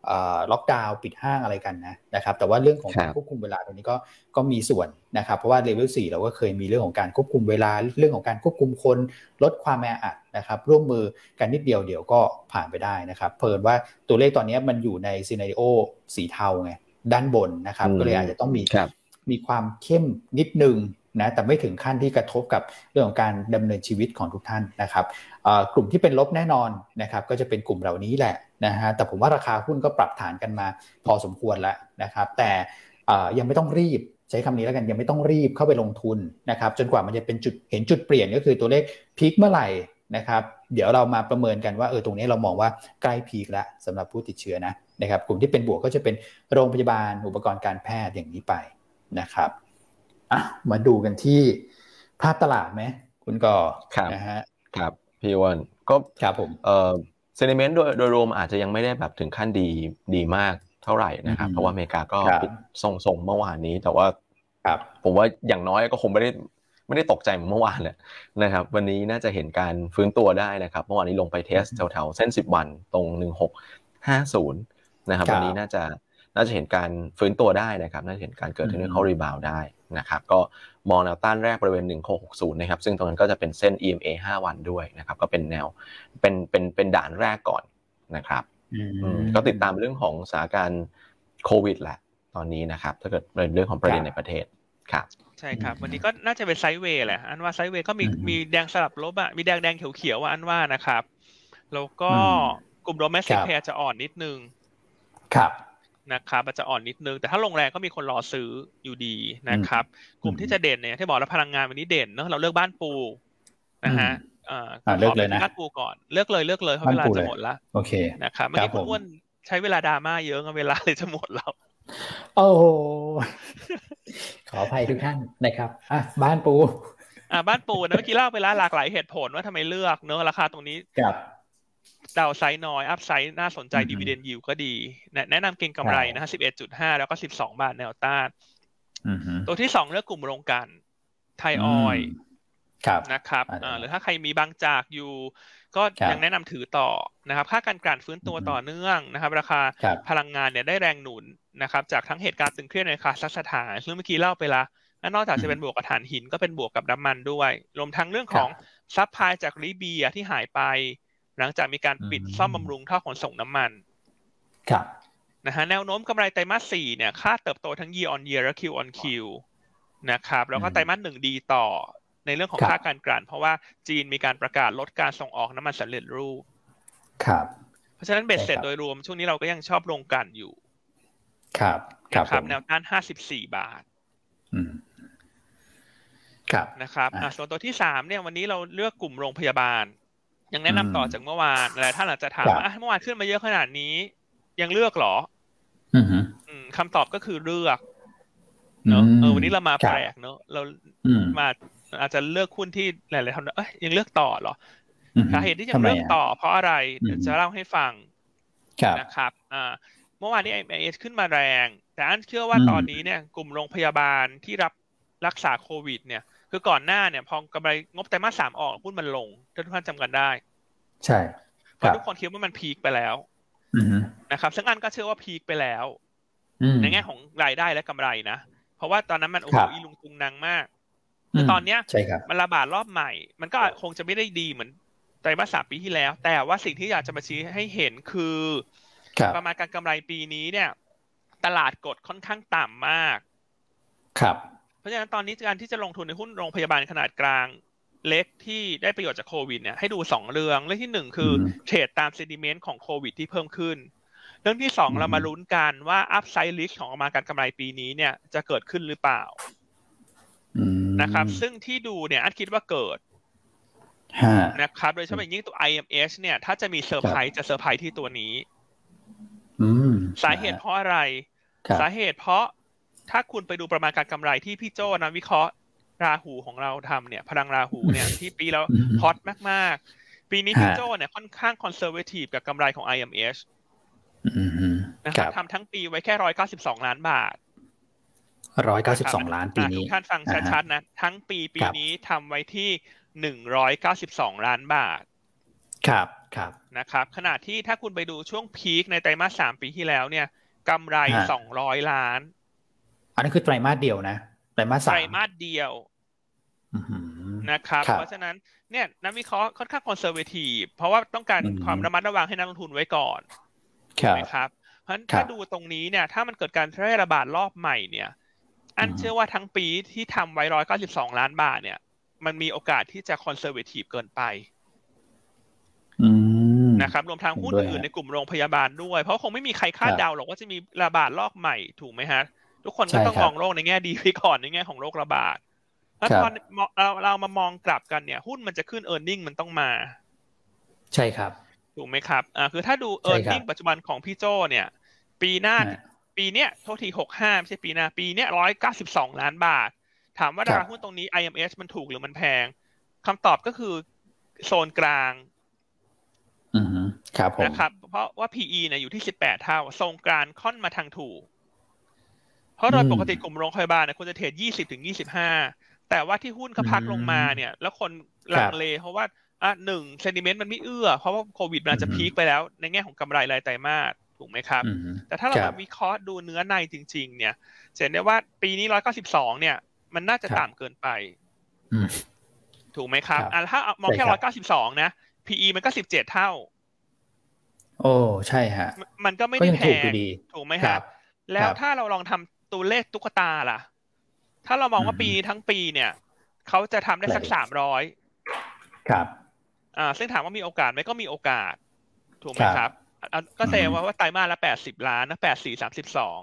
S1: เอ่อล็อกดาวน์ปิดห้างอะไรกันนะนะครับ แต่ว่าเรื่องของการ
S3: ครับ
S1: ควบคุมเวลาตรงนี้ก็ก็มีส่วนนะครับ เพราะว่าเลเวลสี่เราก็เคยมีเรื่องของการควบคุมเวลาเรื่องของการควบคุมคน ลดความแออัดนะครับร่วมมือกันนิดเดียวเดี๋ยวก็ผ่านไปได้นะครับเพิ่นว่าตัวเลขตอนนี้มันอยู่ในซีนารีโอสีเทาไงด้านบนนะครับ
S3: อืม
S1: ก็เลยอาจจะต้องมี
S3: ครับ
S1: มีความเข้มนิดนึงนะแต่ไม่ถึงขั้นที่กระทบกับเรื่องของการดำเนินชีวิตของทุกท่านนะครับเอ่อกลุ่มที่เป็นลบแน่นอนนะครับก็จะเป็นกลุ่มเหล่านี้แหละนะฮะแต่ผมว่าราคาหุ้นก็ปรับฐานกันมาพอสมควรแล้วนะครับแต่ เอ่อยังไม่ต้องรีบใช้คำนี้แล้วกันยังไม่ต้องรีบเข้าไปลงทุนนะครับจนกว่ามันจะเป็นจุดเห็นจุดเปลี่ยนก็คือตัวเลขพีคเมื่อไหร่นะครับเดี๋ยวเรามาประเมินกันว่าเออตรงนี้เรามองว่าใกล้พีคแล้วสำหรับผู้ติดเชื้อนะนะครับกลุ่มที่เป็นบวกก็จะเป็นโรงพยาบาลอุปกรณ์การแพทย์อย่างนี้ไปนะครับอ่ะมาดูกันที่ภาพตลาดไหมคุณก่อ
S3: ครับ
S1: นะฮะ
S3: ครับพี่อ้วนก็
S1: ครับผม
S3: เอ่อเซนิเมนต์โดยโดยรวมอาจจะยังไม่ได้แบบถึงขั้นดีดีมากเท่าไหร่นะครับ
S1: อืม
S3: เพราะว่าอเมริกาก็
S1: ครับ
S3: ปิดส่งส่งๆเมื่อวานนี้ แต่ว่า
S1: ครับ
S3: ผมว่าอย่างน้อยก็คงไม่ได้ไม่ได้ตกใจเหมือนเมื่อวานแหละนะครับ วันนี้น่าจะเห็นการฟื้นตัวได้นะครับ เมื่อวานนี้ลงไปเทส
S1: อืม
S3: แถวๆเส้น 10 วันตรง 1650 นะครับ
S1: ครับ
S3: วันนี้น่าจะน่าจะเห็นการฟื้นตัวได้นะครับน่าจะเห็นการเกิด
S1: อืม
S3: technical rebound ได้นะครับก็มองแนวต้านแรกบริเวณ 1660 นะครับ ซึ่งตรงนั้นก็จะเป็นเส้น EMA 5 วันด้วยนะครับ ก็เป็นแนวเป็นเป็นเป็นด่านแรกก่อนนะครับ
S1: อืม
S3: อืมก็ติดตามเรื่องของสถานการณ์โควิดแหละตอนนี้นะครับ ถ้าเกิดเป็นเรื่องของประเด็น
S1: ครับ
S3: ในประเทศครับ
S2: ใช่ครับ
S1: อืม
S2: วันนี้ก็น่าจะเป็นไซด์เวย์แหละ อันว่าไซด์เวย์ก็มี
S1: อืม
S2: มีแดงสลับลบอ่ะมีแดงแดงเขียวเขียวๆอ่ะอันว่านะครับ แล้วก็
S1: อื
S2: กลุ่ม domestic
S1: ครับ
S2: pair จะอ่อนนิดนึง
S1: ครับ
S2: นะครับมันจะอ่อนนิดนึง แต่ถ้าลงแรงก็มีคนรอซื้ออยู่ดีนะครับ กลุ่มที่จะเด่นเนี่ยที่บอกแล้วพลังงานวันนี้เด่นเนอะเราเลือกบ้านปูนะฮะเอ่ออา
S1: เลือกเลยนะ
S2: ขป็บ้านปูก่อนเลือกเลยเลือกเลยเพราะเวลา
S1: บ้านปู
S2: จะ
S1: เลย
S2: หมดละ
S1: โอเค
S2: นะครับเมื่อ
S1: ค
S2: กี้
S1: รับ
S2: คุ
S1: ผ
S2: ณ
S1: ม
S2: อ้วนใช้เวลาดราม่าเยอะไงเวลาเลยจะหมดแล้ว
S1: โอ้โห ขออภัยทุกท่านนะครับอ่ะบ้านปู
S2: อ่ะบ้านปูนะเมื่อกี้เล่าไปแล้วหลากหลายเหตุผลว่าทำไมเลือกเนอะราคาตรงนี้
S1: กับ
S2: ดาวไซด์น้อย อัพไซด์น่าสนใจ
S1: อือฮึ
S2: ดีเวเดนยิวก็ดีแนะแนะนำเก็งกำไร
S1: ครับ
S2: นะฮะ11.5 แล้วก็ 12 บาทแนวต้าน
S1: อือฮึ
S2: ตัวที่ 2 เลือกกลุ่มโรงกลันไทยออยล์
S1: ครับ
S2: นะครับ
S1: อ่า
S2: อ่าหรือถ้าใครมีบางจากอยู่ ก็
S1: ครับ
S2: ยังแนะนำถือต่อนะครับ ค่าการกลั่นฟื้นตัว
S1: อือฮึ
S2: ต่อเนื่องนะครับ ราคา
S1: ครับ
S2: พลังงานเนี่ยได้แรงหนุนนะครับ จากทั้งเหตุการณ์ตึงเครียดในคาซัคสถานซึ่งเมื่อกี้เล่าไปละและนอกจาก
S1: อือ
S2: จะ
S1: ฮึ
S2: เป็นบวกกับฐานหินก็เป็นบวกกับน้ำมันด้วย รวมทั้งเรื่องของซัพพลายจากลิเบียที่หายไป หลังจากมีการปิด
S1: อืม
S2: ซ่อมบำรุงท่อขนส่งน้ำมัน
S1: ครับ
S2: นะฮะแนวโน้มกำไรไตรมาสสี่เนี่ยคาดเติบโตทั้ง year on year และ Q on Q นะครับแล้วก็
S3: อืม
S2: ไตรมาสหนึ่งดีต่อในเรื่องของ
S1: ครับ
S2: ค่าการกลั่นเพราะว่าจีนมีการประกาศลดการส่งออกน้ำมันสำเร็จรูป
S1: ครับ
S2: เพราะฉะนั้นเบ็ดเสร็จ
S1: ใช่ครับ
S2: โดยรวมช่วงนี้เราก็ยังชอบลงกลั่นอยู่
S1: ครับ ครับ
S2: นะ
S1: ผม
S2: แนวต้าน 54 บาท
S1: อืมครับ
S2: นะครับอ่ะ
S1: อ่ะ
S2: ส่วนตัวที่สามเนี่ยวันนี้เราเลือกกลุ่มโรงพยาบาล ยังแนะนำต่ออ
S1: ม
S2: จากเมื่อวานแต่ถ้าหลังจะถาม
S1: ครับ
S2: ว่าอ่ะเมื่อวานขึ้นมาเยอะขนาดนี้ ยังเลือกเหรอ
S1: อือฮึ
S2: อืมคำตอบก็คือเลือกเนอะเออวันนี้เรามา
S1: ค
S2: แป
S1: บ
S2: ลกเนอะเรา
S1: อืม
S2: มาอาจจะเลือกหุ้นที่หลายๆท่านเอ้ยยังเลือกต่อเหรอ
S1: อือฮึ
S2: สาเหตุที่ยั
S1: ทำ
S2: ง
S1: ไม
S2: เลือก
S1: ะ
S2: ต่อเพราะอะไรเดี๋ยว
S1: อืม
S2: จะเล่าให้ฟัง
S1: ครับ
S2: นะครับอ่าเมื่อวานนี้ IMS ขึ้นมาแรง แต่อันเชื่อว่า
S1: อืม
S2: ตอนนี้เนี่ยกลุ่มโรงพยาบาลที่รับรักษาโควิด เนี่ย คือก่อนหน้าเนี่ยพอกำไรงบไตรมาสสามออกหุ้นมันลงถ้าทุกท่านจำกันได้
S1: ใช่
S2: เพ
S1: ครั
S2: ราะ
S1: บ
S2: ทุกคนคิดว่ามันพีคไปแล้ว
S1: อือฮึ
S2: นะครับซึ่งอันก็เชื่อว่าพีคไปแล้ว
S1: อืม
S2: ในแง่ของรายได้และกำไรนะ เพราะว่าตอนนั้นมันโอ้โห
S1: ครับ
S2: อีลุงตุงนางมาก คือตอนเนี้ย
S1: ใช่ครับ
S2: มันระบาดรอบใหม่ มันก็คงจะไม่ได้ดีเหมือนไตรมาสสามปีที่แล้ว แต่ว่าสิ่งที่อยากจะมาชี้ให้เห็นคือ
S1: ครับ
S2: ประมาณการกำไรปีนี้เนี่ย ตลาดกดค่อนข้างต่ำมาก
S1: ครับ
S2: เพราะฉะนั้นตอนนี้การที่จะลงทุนในหุ้นโรงพยาบาลขนาดกลางเล็กที่ได้ประโยชน์จากโควิดเนี่ยให้ดูสองเรื่องเรื่องที่หนึ่งคืออ
S1: ม
S2: เทรดตามเซนิเมนต์ของโควิดที่เพิ่มขึ้น เรื่องที่สอง
S1: อืม
S2: เรามาลุ้นกันว่าอัพไซด์ลิสของออกมาการกำไรปีนี้เนี่ยจะเกิดขึ้นหรือเปล่า
S1: อืม
S2: นะครับ ซึ่งที่ดูเนี่ยอันคิดว่าเกิด
S1: ฮะ
S2: นะครับโดยเฉพาะอย่างยิ่งตัว IMS เนี่ยถ้าจะมีเซอร์ไพรส์จะเซอร์ไพรส์ที่ตัวนี้
S1: อืม
S2: สาเหตุเพราะอะไร
S1: ครับ
S2: สาเหตุเพราะถ้าคุณไปดูประมาณการกำไรที่พี่โจ้นะวิเคราะห์ราหูของเราทำเนี่ย พลังราหูเนี่ย ที่ปีแล้ว
S1: อืม
S2: ฮอตมากๆ ปีนี้พี่
S1: ฮะ
S2: โจ้เนี่ยค่อนข้างคอนเซอร์เวทีฟกับกำไรของ IMH
S1: อืมฮึ
S2: นะค
S1: ค
S2: รั
S1: รั
S2: บบทำทั้งปีไว้แค่ 192 ล้านบาท
S1: ร้อยเก้าสิบสองล้านปี
S2: อ่ะ
S1: นี้
S2: ทุกท่านฟัง
S1: อ่าฮะ
S2: ชัดๆนะ ทั้งปีปี
S1: ครับ
S2: นี้ทำไว้ที่ 192 ล้านบาท
S1: ครับ ครับ
S2: นะครับขณะที่ถ้าคุณไปดูช่วงพีคในไตรมาสสามปีที่แล้วเนี่ยกำไร
S1: ฮะ
S2: 200 ล้าน
S1: อันนั้นคือไตรมาสเดียวนะ ไตรมาส
S2: ไต
S1: สาม
S2: รมาสเดียว
S1: อื้อหือ
S2: นะครับ
S1: ครับ
S2: เพราะฉะนั้นเนี่ยนักวิเคราะห์ค่อนข้างคอนเซอร์เวทีฟเพราะว่าต้องการ
S1: อืม
S2: ความระมัดระวังให้นักลงทุนไว้ก่อน
S1: ครับ
S2: นะครับ เพราะฉะนั้น
S1: ครับ
S2: ถ้าดูตรงนี้เนี่ย ถ้ามันเกิดการแพร่ระบาดรอบใหม่เนี่ย อัน
S1: อืม
S2: เชื่อว่าทั้งปีที่ทำไว้ 192 ล้านบาทเนี่ย มันมีโอกาสที่จะคอนเซอร์เวทีฟเกินไป
S1: อืม
S2: นะครับ รวมทั้งหุ้น
S1: เห็นด้วย
S2: อื่น
S1: ฮะ
S2: ในกลุ่มโรงพยาบาลด้วย เพราะคงไม่มีใครคา
S1: ค
S2: ด
S1: รับ
S2: เดาหรอกว่าจะมีระบาดรอบใหม่ถูกไหมฮะ ทุกคน
S1: ใช่
S2: ก็ต้อง
S1: ครับ
S2: มองโลกในแง่ดี ไว้ก่อนในแง่ของโรคระบาด แล้ว
S1: ครับ
S2: ตอนมองเราเรามามองกลับกันเนี่ย หุ้นมันจะขึ้นเออร์เน็งมันต้องมา
S1: ใช่ครับ
S2: ถูกไหมครับ อ่า คือถ้าดู
S1: ใช่
S2: e a
S1: ครับ
S2: r n i n g ปัจจุบันของพี่โจเนี่ย ปีหน้า
S1: ฮะ
S2: ปีเนี้ย โทษทีหกห้าไม่ใช่ปีหน้า ปีเนี้ยร้อยเก้าสิบสองล้านบาท ถามว่า
S1: ครั
S2: รา
S1: บ
S2: คาหุ้นตรงนี้ IMS มันถูกหรือมันแพง คำตอบก็คือโซนกลาง
S1: อือหือครับผม
S2: นะครับ เพราะว่า PE เนี่ยอยู่ที่สิบแปดเท่า โซนกลางค่อนมาทางถูก เพราะโดยปกติกลุ่มโรงพยาบาลเนี่ยควรจะเทรดยี่สิบถึงยี่สิบห้า แต่ว่าที่หุ้นเขาพักลงมาเนี่ย แล้วคนลังเลเพราะว่า อ่ะหนึ่งเซนิเมนต์มันไม่เอื้อ เพราะว่าโควิดมันอาจจะพีคไปแล้ว ในแง่ของกำไรรายไตรมาสถูกไหมครับ
S1: อือหือ
S2: แต่ถ้าเรา
S1: ครั
S2: มา
S1: บ
S2: วิเคราะห์ดูเนื้อในจริง ๆ เนี่ยจะเห็นได้ว่าปีนี้ 192 เนี่ย มันน่าจะ
S1: ครับ
S2: ต่ำเกินไป
S1: อืม
S2: ถูกไหมครับ
S1: ครับ
S2: อ่ะถ้าเอามองแค่
S1: ใช่ครับ
S2: 192 นะ PE มันก็ 17 เท่า
S1: โอ้ใช่ฮะ
S2: มันมันก็ไม่
S1: ก็
S2: ได้
S1: ยัง
S2: แพ
S1: ถูก
S2: ง
S1: อยู่ดี
S2: ถูกไหม
S1: ค
S2: ค
S1: รั
S2: รับ บ แล้ว
S1: ครับ
S2: ถ้าเราลองทำตัวเลขตุ๊กตาล่ะ ถ้าเรามองว่า
S1: อืม
S2: ปีนี้ทั้งปีเนี่ยเขาจะทำได้สัก
S1: แปลก
S2: 300
S1: ครับ
S2: อ่าซึ่งถามว่ามีโอกาสไหมก็มีโอกาส ถูกไหม
S1: ครับ
S2: ครับอ่ะก็แสดงว่าว่าไตรมาสละแปดสิบล้านนะแปดสี่สามสิบสอง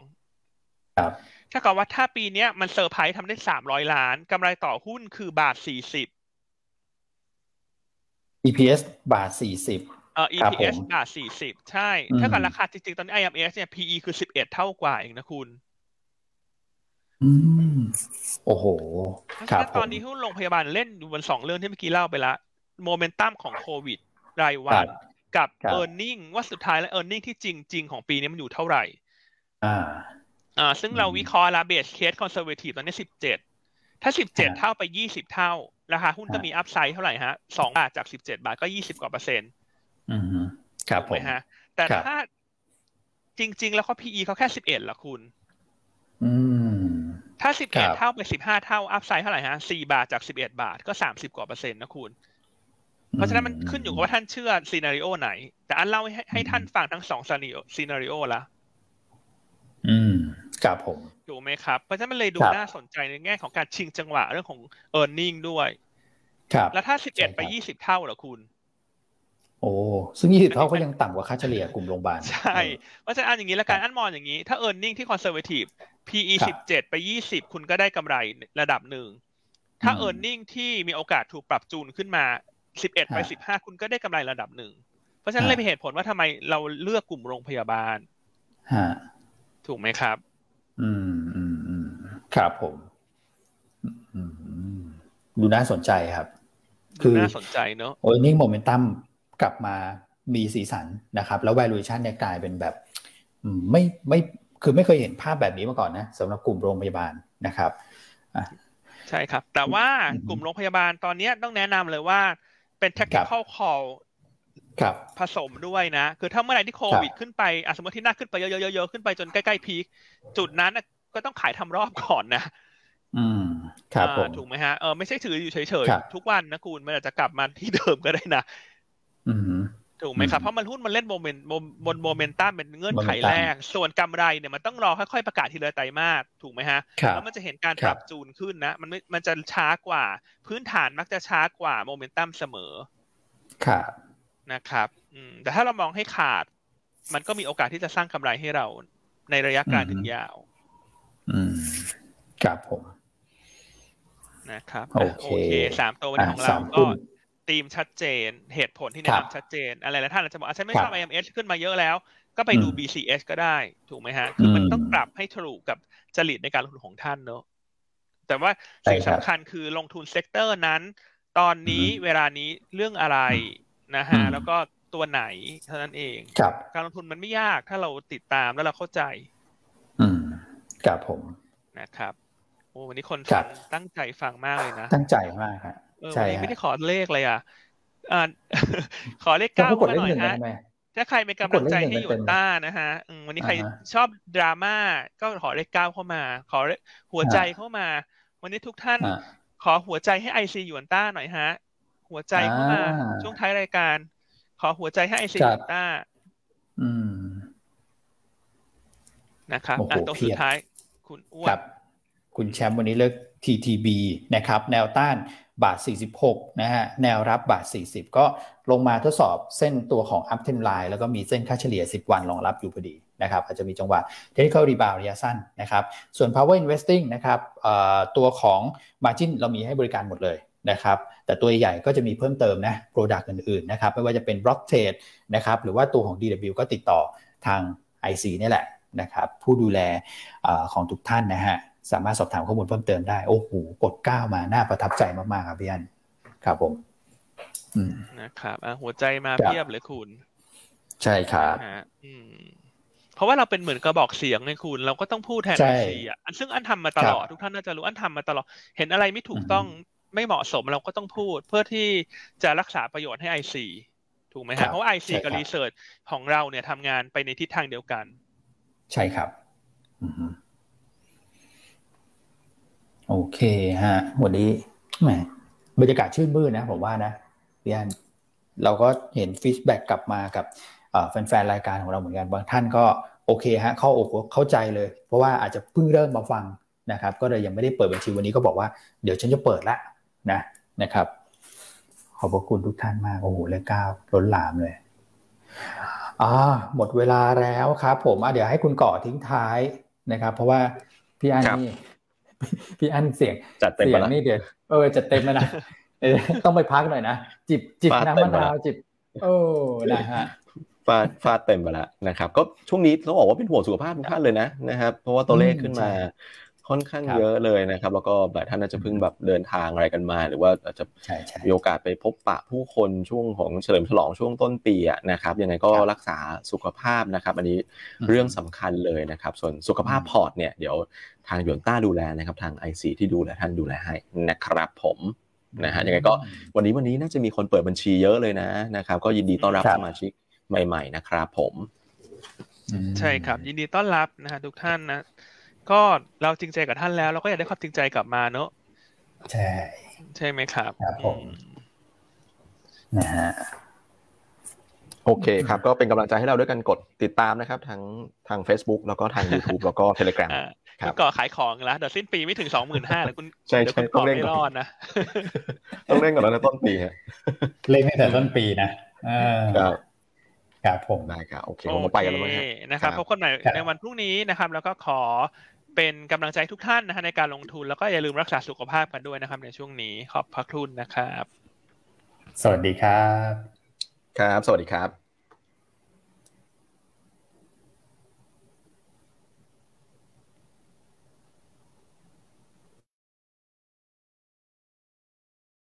S1: ครับ
S2: ถ้ากับว่าถ้าปีเนี้ยมันเซอร์ไพรส์ทำได้สามร้อยล้านกำไรต่อหุ้นคือบาทสี่สิบ
S1: EPS บาทสี่สิบ
S2: เอ่อ
S1: ครับผม
S2: EPS บาทสี่สิบใช่
S1: อืม
S2: ถ้ากับราคาจริงๆ ตอนนี้ IMS เนี่ย PE คือสิบเอ็ดเท่ากว่าเองนะคุณ
S1: อืม โอ้โห
S2: เพราะ
S1: ค
S2: ฉะ
S1: รับ
S2: นั้น
S1: ผ
S2: ตอน
S1: ม
S2: นี้หุ้นโรงพยาบาลเล่นอยู่บนสองเรื่องที่เมื่อกี้เล่าไปละโมเมนตัมของโควิดราย
S1: ค
S2: วั
S1: รั
S2: น
S1: บ
S2: กับ
S1: ครับ
S2: e a r n i n g ว่าสุดท้ายแล้ว e a r n i n g ที่จริง ๆ ของปีนี้มันอยู่เท่าไหร่
S1: อ่า
S2: อ่าซึ่ง
S1: อืม
S2: เราวิเคราะห์และเบสเคสคอนเซอร์เวทีฟตอนนี้ 17 ถ้า 17
S1: ฮะ
S2: เท่าไป 20 เท่า ราคาหุ้นก็
S1: ฮะ
S2: มีอัพไซด์เท่าไหร่ฮะสองบาทจาก 17 บาทก็ 20 กว่าเปอร์เซ็นต์
S1: อืมครับ
S2: ถูก
S1: ผ
S2: ไหม
S1: ม
S2: ฮะ แต่
S1: ครับ
S2: ถ้าจริง ๆ แล้วเขา PE เขาแค่ 11เละคุณ
S1: อืม
S2: ถ้า 11
S1: ครับ
S2: เท่าไป 15 เท่า อัพไซด์เท่าไหร่ฮะ 4 บาทจาก 11 บาทก็ 30 กว่าเปอร์เซ็นต์นะคุณ เพราะฉะนั้นมันขึ้นอยู่กับว่าท่านเชื่อซีนารีโอไหน แต่อันเล่าให้ให้ท่านฟังทั้งสองซีนารีโอละ
S1: อืมครับผม
S2: ถูกไหมครับ เพราะฉะนั้นมันเลยดู
S1: ครับ
S2: น่าสนใจในแง่ของการชิงจังหวะเรื่องของ e a r n i n g ด้วย
S1: ครับ
S2: แล้วถ้าสิบ
S1: ใช่ค
S2: เอ็
S1: รั
S2: ด
S1: บ
S2: ไปยี่สิบเท่าเหรอคุณ
S1: โอ้ซึ่งยี่สิบเท่าก็ยังต่ำกว่าค่าเฉลี่ยกลุ่มโรงพยาบาล
S2: ใช่ เพราะฉะนั้นอันอย่างนี้ละกันอันมองอย่างนี้ ถ้า e a r n i n g ที่ conservative PE สิบเจ็ดไปยี่สิบคุณก็ได้กำไรระดับหนึ่ง ถ้า e a r n i n g ที่มีโอกาสถูกปรับจูนขึ้นมาสิบเอ็ดไปสิบห้าคุณก็ได้กำไรระดับหนึ่ง เพราะฉะนั้นเลยเป็นเหตุผลว่าทำไมเราเลือกกลุ่มโรงพยาบาล
S1: ฮะ
S2: ถูกไหมครับ
S1: อืมอืมอืมครับผมอืมดูน่าสนใจครับ คื
S2: คือ
S1: อ
S2: น่าสนใจเนอะ
S1: โอ้ยนิ่งโมเมนตัมกลับมามีสีสันนะครับ แล้ว valuation เนี่ยกลายเป็นแบบอืมไม่ไม่คือไม่เคยเห็นภาพแบบนี้มาก่อนนะสำหรับกลุ่มโรงพยาบาลนะครับ
S2: ใช่ครับ แต่ว่า
S1: อืม
S2: กลุ่มโรงพยาบาลตอนเนี้ยต้องแนะนำเลยว่าเป็น tactical call
S1: ครับ
S2: ผสมด้วยนะ คือถ้าเมื่อไหร่ที่โควิดขึ้นไปอ่ะสมมติที่หน้าขึ้นไปเยอะๆเยอะๆขึ้นไปจนใกล้ๆพีคจุดนั้นน่ะก็ต้องขายทำรอบก่อนนะ
S1: อืมครับผม
S2: อ่าถูกไหมฮะเออไม่ใช่ถืออยู่เฉย
S1: ครับ
S2: ๆ ทุกวันนะคุณมันอาจจะกลับมาที่เดิมก็ได้นะ
S1: อืม
S2: ถูกไหมครับ
S1: อืม
S2: เพราะมันหุ้นมันเล่นโมเมนต์บนโมเมนตัมเป็นเงื่อนไข
S1: momentum
S2: แรก ส่วนกำไรเนี่ยมันต้องรอค่อยๆประกาศทีละไตรมาสถูกไหมฮะ
S1: ครับ
S2: แล้วมันจะเห็นการ
S1: ค
S2: ป
S1: รับ
S2: รับจูนขึ้นนะ มันไม่มันจะช้ากว่า พื้นฐานมักจะช้ากว่าโมเมนตัมเสมอ
S1: ครับ
S2: นะครับอืมแต่ถ้าเรามองให้ขาด มันก็มีโอกาสที่จะสร้างกำไรให้เราในระยะกลาง
S1: อืม
S2: ถึงยาว
S1: อืมครับผม
S2: นะครับ
S1: โอ
S2: อ่ะ
S1: เค
S2: โอเคสามตัววันนี้
S1: อ่ะ
S2: ของเรา
S1: สาม
S2: ก็
S1: หุ้น
S2: ธีมชัดเจน เหตุผลที่
S1: ค
S2: แนะ
S1: รับ
S2: นำชัดเจน อะไรแล้วท่านอาจจะบอกอ่ะฉันไม่
S1: ครับ
S2: ชอบ IMS ขึ้นมาเยอะแล้ว ก็ไปดู
S1: อืม
S2: BCS ก็ได้ ถูกไหมฮะ คือมัน
S1: อืม
S2: ต้องปรับให้ถูกกับจริตในการลงทุนของท่านเนอะแต่ว่า
S1: ใช่
S2: สิ่ง
S1: ครับ
S2: สำคัญคือลงทุนเซกเตอร์นั้น ตอนนี้
S1: อือฮึ
S2: เวลานี้เรื่องอะไรนะ
S1: อื
S2: ฮะ
S1: ม
S2: แล้วก็ตัวไหนเท่านั้นเอง
S1: ครับ
S2: การลงทุนมันไม่ยากถ้าเราติดตามแล้วเราเข้าใจ
S1: อืมครับผม
S2: นะครับโอ้วันนี้คน
S1: ครั
S2: ฟั
S1: บ
S2: งตั้งใจฟังมากเลยนะ
S1: ตั้งใจมากครับ
S2: เออ
S1: ใช่
S2: วันนี้
S1: ฮะ
S2: ไม่ได้ขอเลขเลยอ่ะ อ่า ขอเลข
S1: แล้ว
S2: เก้า
S1: ผู้กด
S2: มา
S1: เลขห
S2: หน่อย
S1: นึ่ง
S2: ฮะ
S1: ได้ไหม
S2: ถ้าใครเป็นกำลังใจให้อ
S1: ผู้กดเลขหนึ่
S2: ยู่
S1: งเป็น
S2: ต้านะฮะอืมวันนี้ใคร
S1: อ่าฮะ
S2: ชอบดราม่าก็ขอเลขเก้าเข้ามา ขอเลขหัวใจเข้ามา วันนี้ทุกท่าน
S1: อ่า
S2: ขอหัวใจให้ไอซีหยวนต้าหน่อยฮะ หัวใจเข้ามา
S1: อ่า
S2: ช่วงท้ายรายการ ขอหัวใจให้ไอซี
S1: ค
S2: ห
S1: รั
S2: ย
S1: บ
S2: วนต้า
S1: อืม
S2: นะครับ
S1: โอ้โห
S2: อ่ะตรง
S1: เพี
S2: สุ
S1: ย
S2: ด
S1: บ
S2: ท้าย คุณอ้
S1: ค
S2: ว
S1: น รับ คุณแชมป์วันนี้เลือก TTB นะครับ แนวต้านบาท 46 นะฮะ แนวรับบาท 40 ก็ลงมาทดสอบเส้นตัวของ up trend line แล้วก็มีเส้นค่าเฉลี่ย 10 วันรองรับอยู่พอดีนะครับ อาจจะมีจังหวะ technical rebound ระยะสั้นนะครับ ส่วน power investing นะครับเอ่อตัวของ margin เรามีให้บริการหมดเลยนะครับ แต่ตัวใหญ่ๆก็จะมีเพิ่มเติมนะ product อื่นๆนะครับ ไม่ว่าจะเป็น block trade นะครับหรือว่าตัวของ DW ก็ติดต่อทาง IC นี่แหละนะครับผู้ดูแล เออของทุกท่านนะฮะ สามารถสอบถามข้อมูลเพิ่มเติมได้ โอ้โห กดเก้ามา น่าประทับใจมาก ๆ ครับพี่อันครับผม อืม
S2: นะครับอ่ะหัวใจมา
S1: ครับ
S2: เพียบเลยคุณ
S1: ใช่ครับ
S2: นะฮะอืมเพราะว่าเราเป็นเหมือนกระบอกเสียงไงคุณ เราก็ต้องพูดแทน
S1: ใช่
S2: ไอซีอ่ะอันซึ่งอันทำมาตลอ
S1: ค
S2: ด
S1: รับ
S2: ทุกท่านน่าจะรู้อันทำมาตลอด เห็นอะไรไม่ถูกต้องไม่เหมาะสมเราก็ต้องพูด เพื่อที่จะรักษาประโยชน์ให้ไอซีถูกไหม
S1: ครั
S2: ฮะ
S1: บ
S2: เพราะไอซี
S1: ใช่
S2: กั
S1: ค
S2: บ
S1: รับ
S2: รีเสิร์ชของเราเนี่ยทำงานไปในทิศทางเดียวกัน
S1: ใช่ครับอือฮึโอเคฮะ วันนี้แหมบรรยากาศชื่นมื่นนะ ผมว่านะพี่อันเราก็เห็นฟีดแบ็กกลับมากับเอ่อแฟนๆ รายการของเราเหมือนกัน บางท่านก็โอเคฮะ เข้าอกเข้าใจเลย เพราะว่าอาจจะเพิ่งเริ่มมาฟังนะครับ ก็เลยยังไม่ได้เปิดบัญชีวันนี้ก็บอกว่าเดี๋ยวฉันจะเปิดละนะนะครับ ขอบพระคุณทุกท่านมาก โอ้โหเลขเก้าล้นหลามเลย อ่าหมดเวลาแล้วครับผมอ่ะเดี๋ยวให้คุณก่อทิ้งท้ายนะครับ เพราะว่าพี่อัน
S3: ครับ
S1: นี่ พี่อันเสียง
S3: จัดเต็ม
S1: เสี
S3: ไป
S1: ยง
S3: แล้ว
S1: นี่เดี๋ยวเออจะเต็มแล้วนะ เออต้องไปพักหน่อยนะจิบจิบ
S3: ปาด
S1: น้ำ
S3: เต็
S1: มะ
S3: มแล้ว
S1: นาวจิบโอ้นะฮะ
S3: ฟาดฟาดเต็มไปแล้วนะครับก็ช่วงนี้ต้องบอกว่าเป็นห่วงสุขภาพทุกท่านเลยนะนะครับเพราะว่าตัวเลขขึ้นมาค่อนข้าง
S1: ครับ
S3: เยอะเลยนะครับ แล้วก็หลายท่านอาจจะเพิ่งแบบเดินทางอะไรกันมา หรือว่าอาจจะ
S1: ใช่ใช่
S3: มีโอกาสไปพบปะผู้คนช่วงของเฉลิมฉลองช่วงต้นปีอะนะครับยังไงก็
S1: ครับ
S3: รักษาสุขภาพนะครับ อันนี้
S1: อืม
S3: เรื่องสำคัญเลยนะครับ ส่วนสุขภาพ
S1: อืม
S3: พอร์ตเนี่ยเดี๋ยวทางหยวนต้าดูแลนะครับทาง IC ที่ดูแลท่านดูแลให้นะครับผม นะฮะยังไงก็ วันนี้วันนี้น่าจะมีคนเปิดบัญชีเยอะเลยนะนะครับก็ยินดีต้อนรับ
S1: ครับ
S3: สมาชิกใหม่ ๆ นะครับผม
S1: อืม
S2: ใช่ครับ ยินดีต้อนรับนะฮะทุกท่านนะ ก็เราจริงใจกับท่านแล้ว เราก็อยากได้ความจริงใจกลับมาเนอะ
S1: ใช่
S2: ใช่ไหมครับ
S1: ครับผม
S2: อื
S1: นะฮะ
S3: โอเคครับ ก็เป็นกำลังใจให้เราด้วยกันกดติดตามนะครับ ทั้งทาง Facebook แล้วก็ทาง YouTube แล้วก็ Telegram
S2: อ่า
S3: ครับ
S2: คุณก่อขายของแล้วเดี๋ยวสิ้นปีไม่ถึงสองหมื่นห้าเดี๋ยวคุณ
S3: ใช่
S2: เดี๋ยวคุ
S3: ใช่
S2: ณก่
S3: ต้อ
S2: อง
S3: เร่ง
S2: ไม่
S3: ก่
S2: ร
S3: อ
S2: อน ดนะ
S3: ต้องเร่งก่อนนะต้นปีฮะ
S1: เล่นตั้งแต่ต้นปีนะเออ
S3: ครับ
S1: ครับผม
S3: ได้ครับโอเคผมก็ไปกันแล้วมั้ง
S2: โอ
S3: ฮะ
S2: เคนะครับ
S3: ครับ
S2: พบกันใหม่
S1: ครับ
S2: ในวันพรุ่งนี้นะครับ แล้วก็ขอเป็นกำลังใจทุกท่านนะฮะในการลงทุนแล้วก็อย่าลืมรักษาสุขภาพกันด้วยนะครับในช่วงนี้ขอบพระคุณนะครับ
S1: สวัสดีครับ
S3: ครับ สวัสดีครับ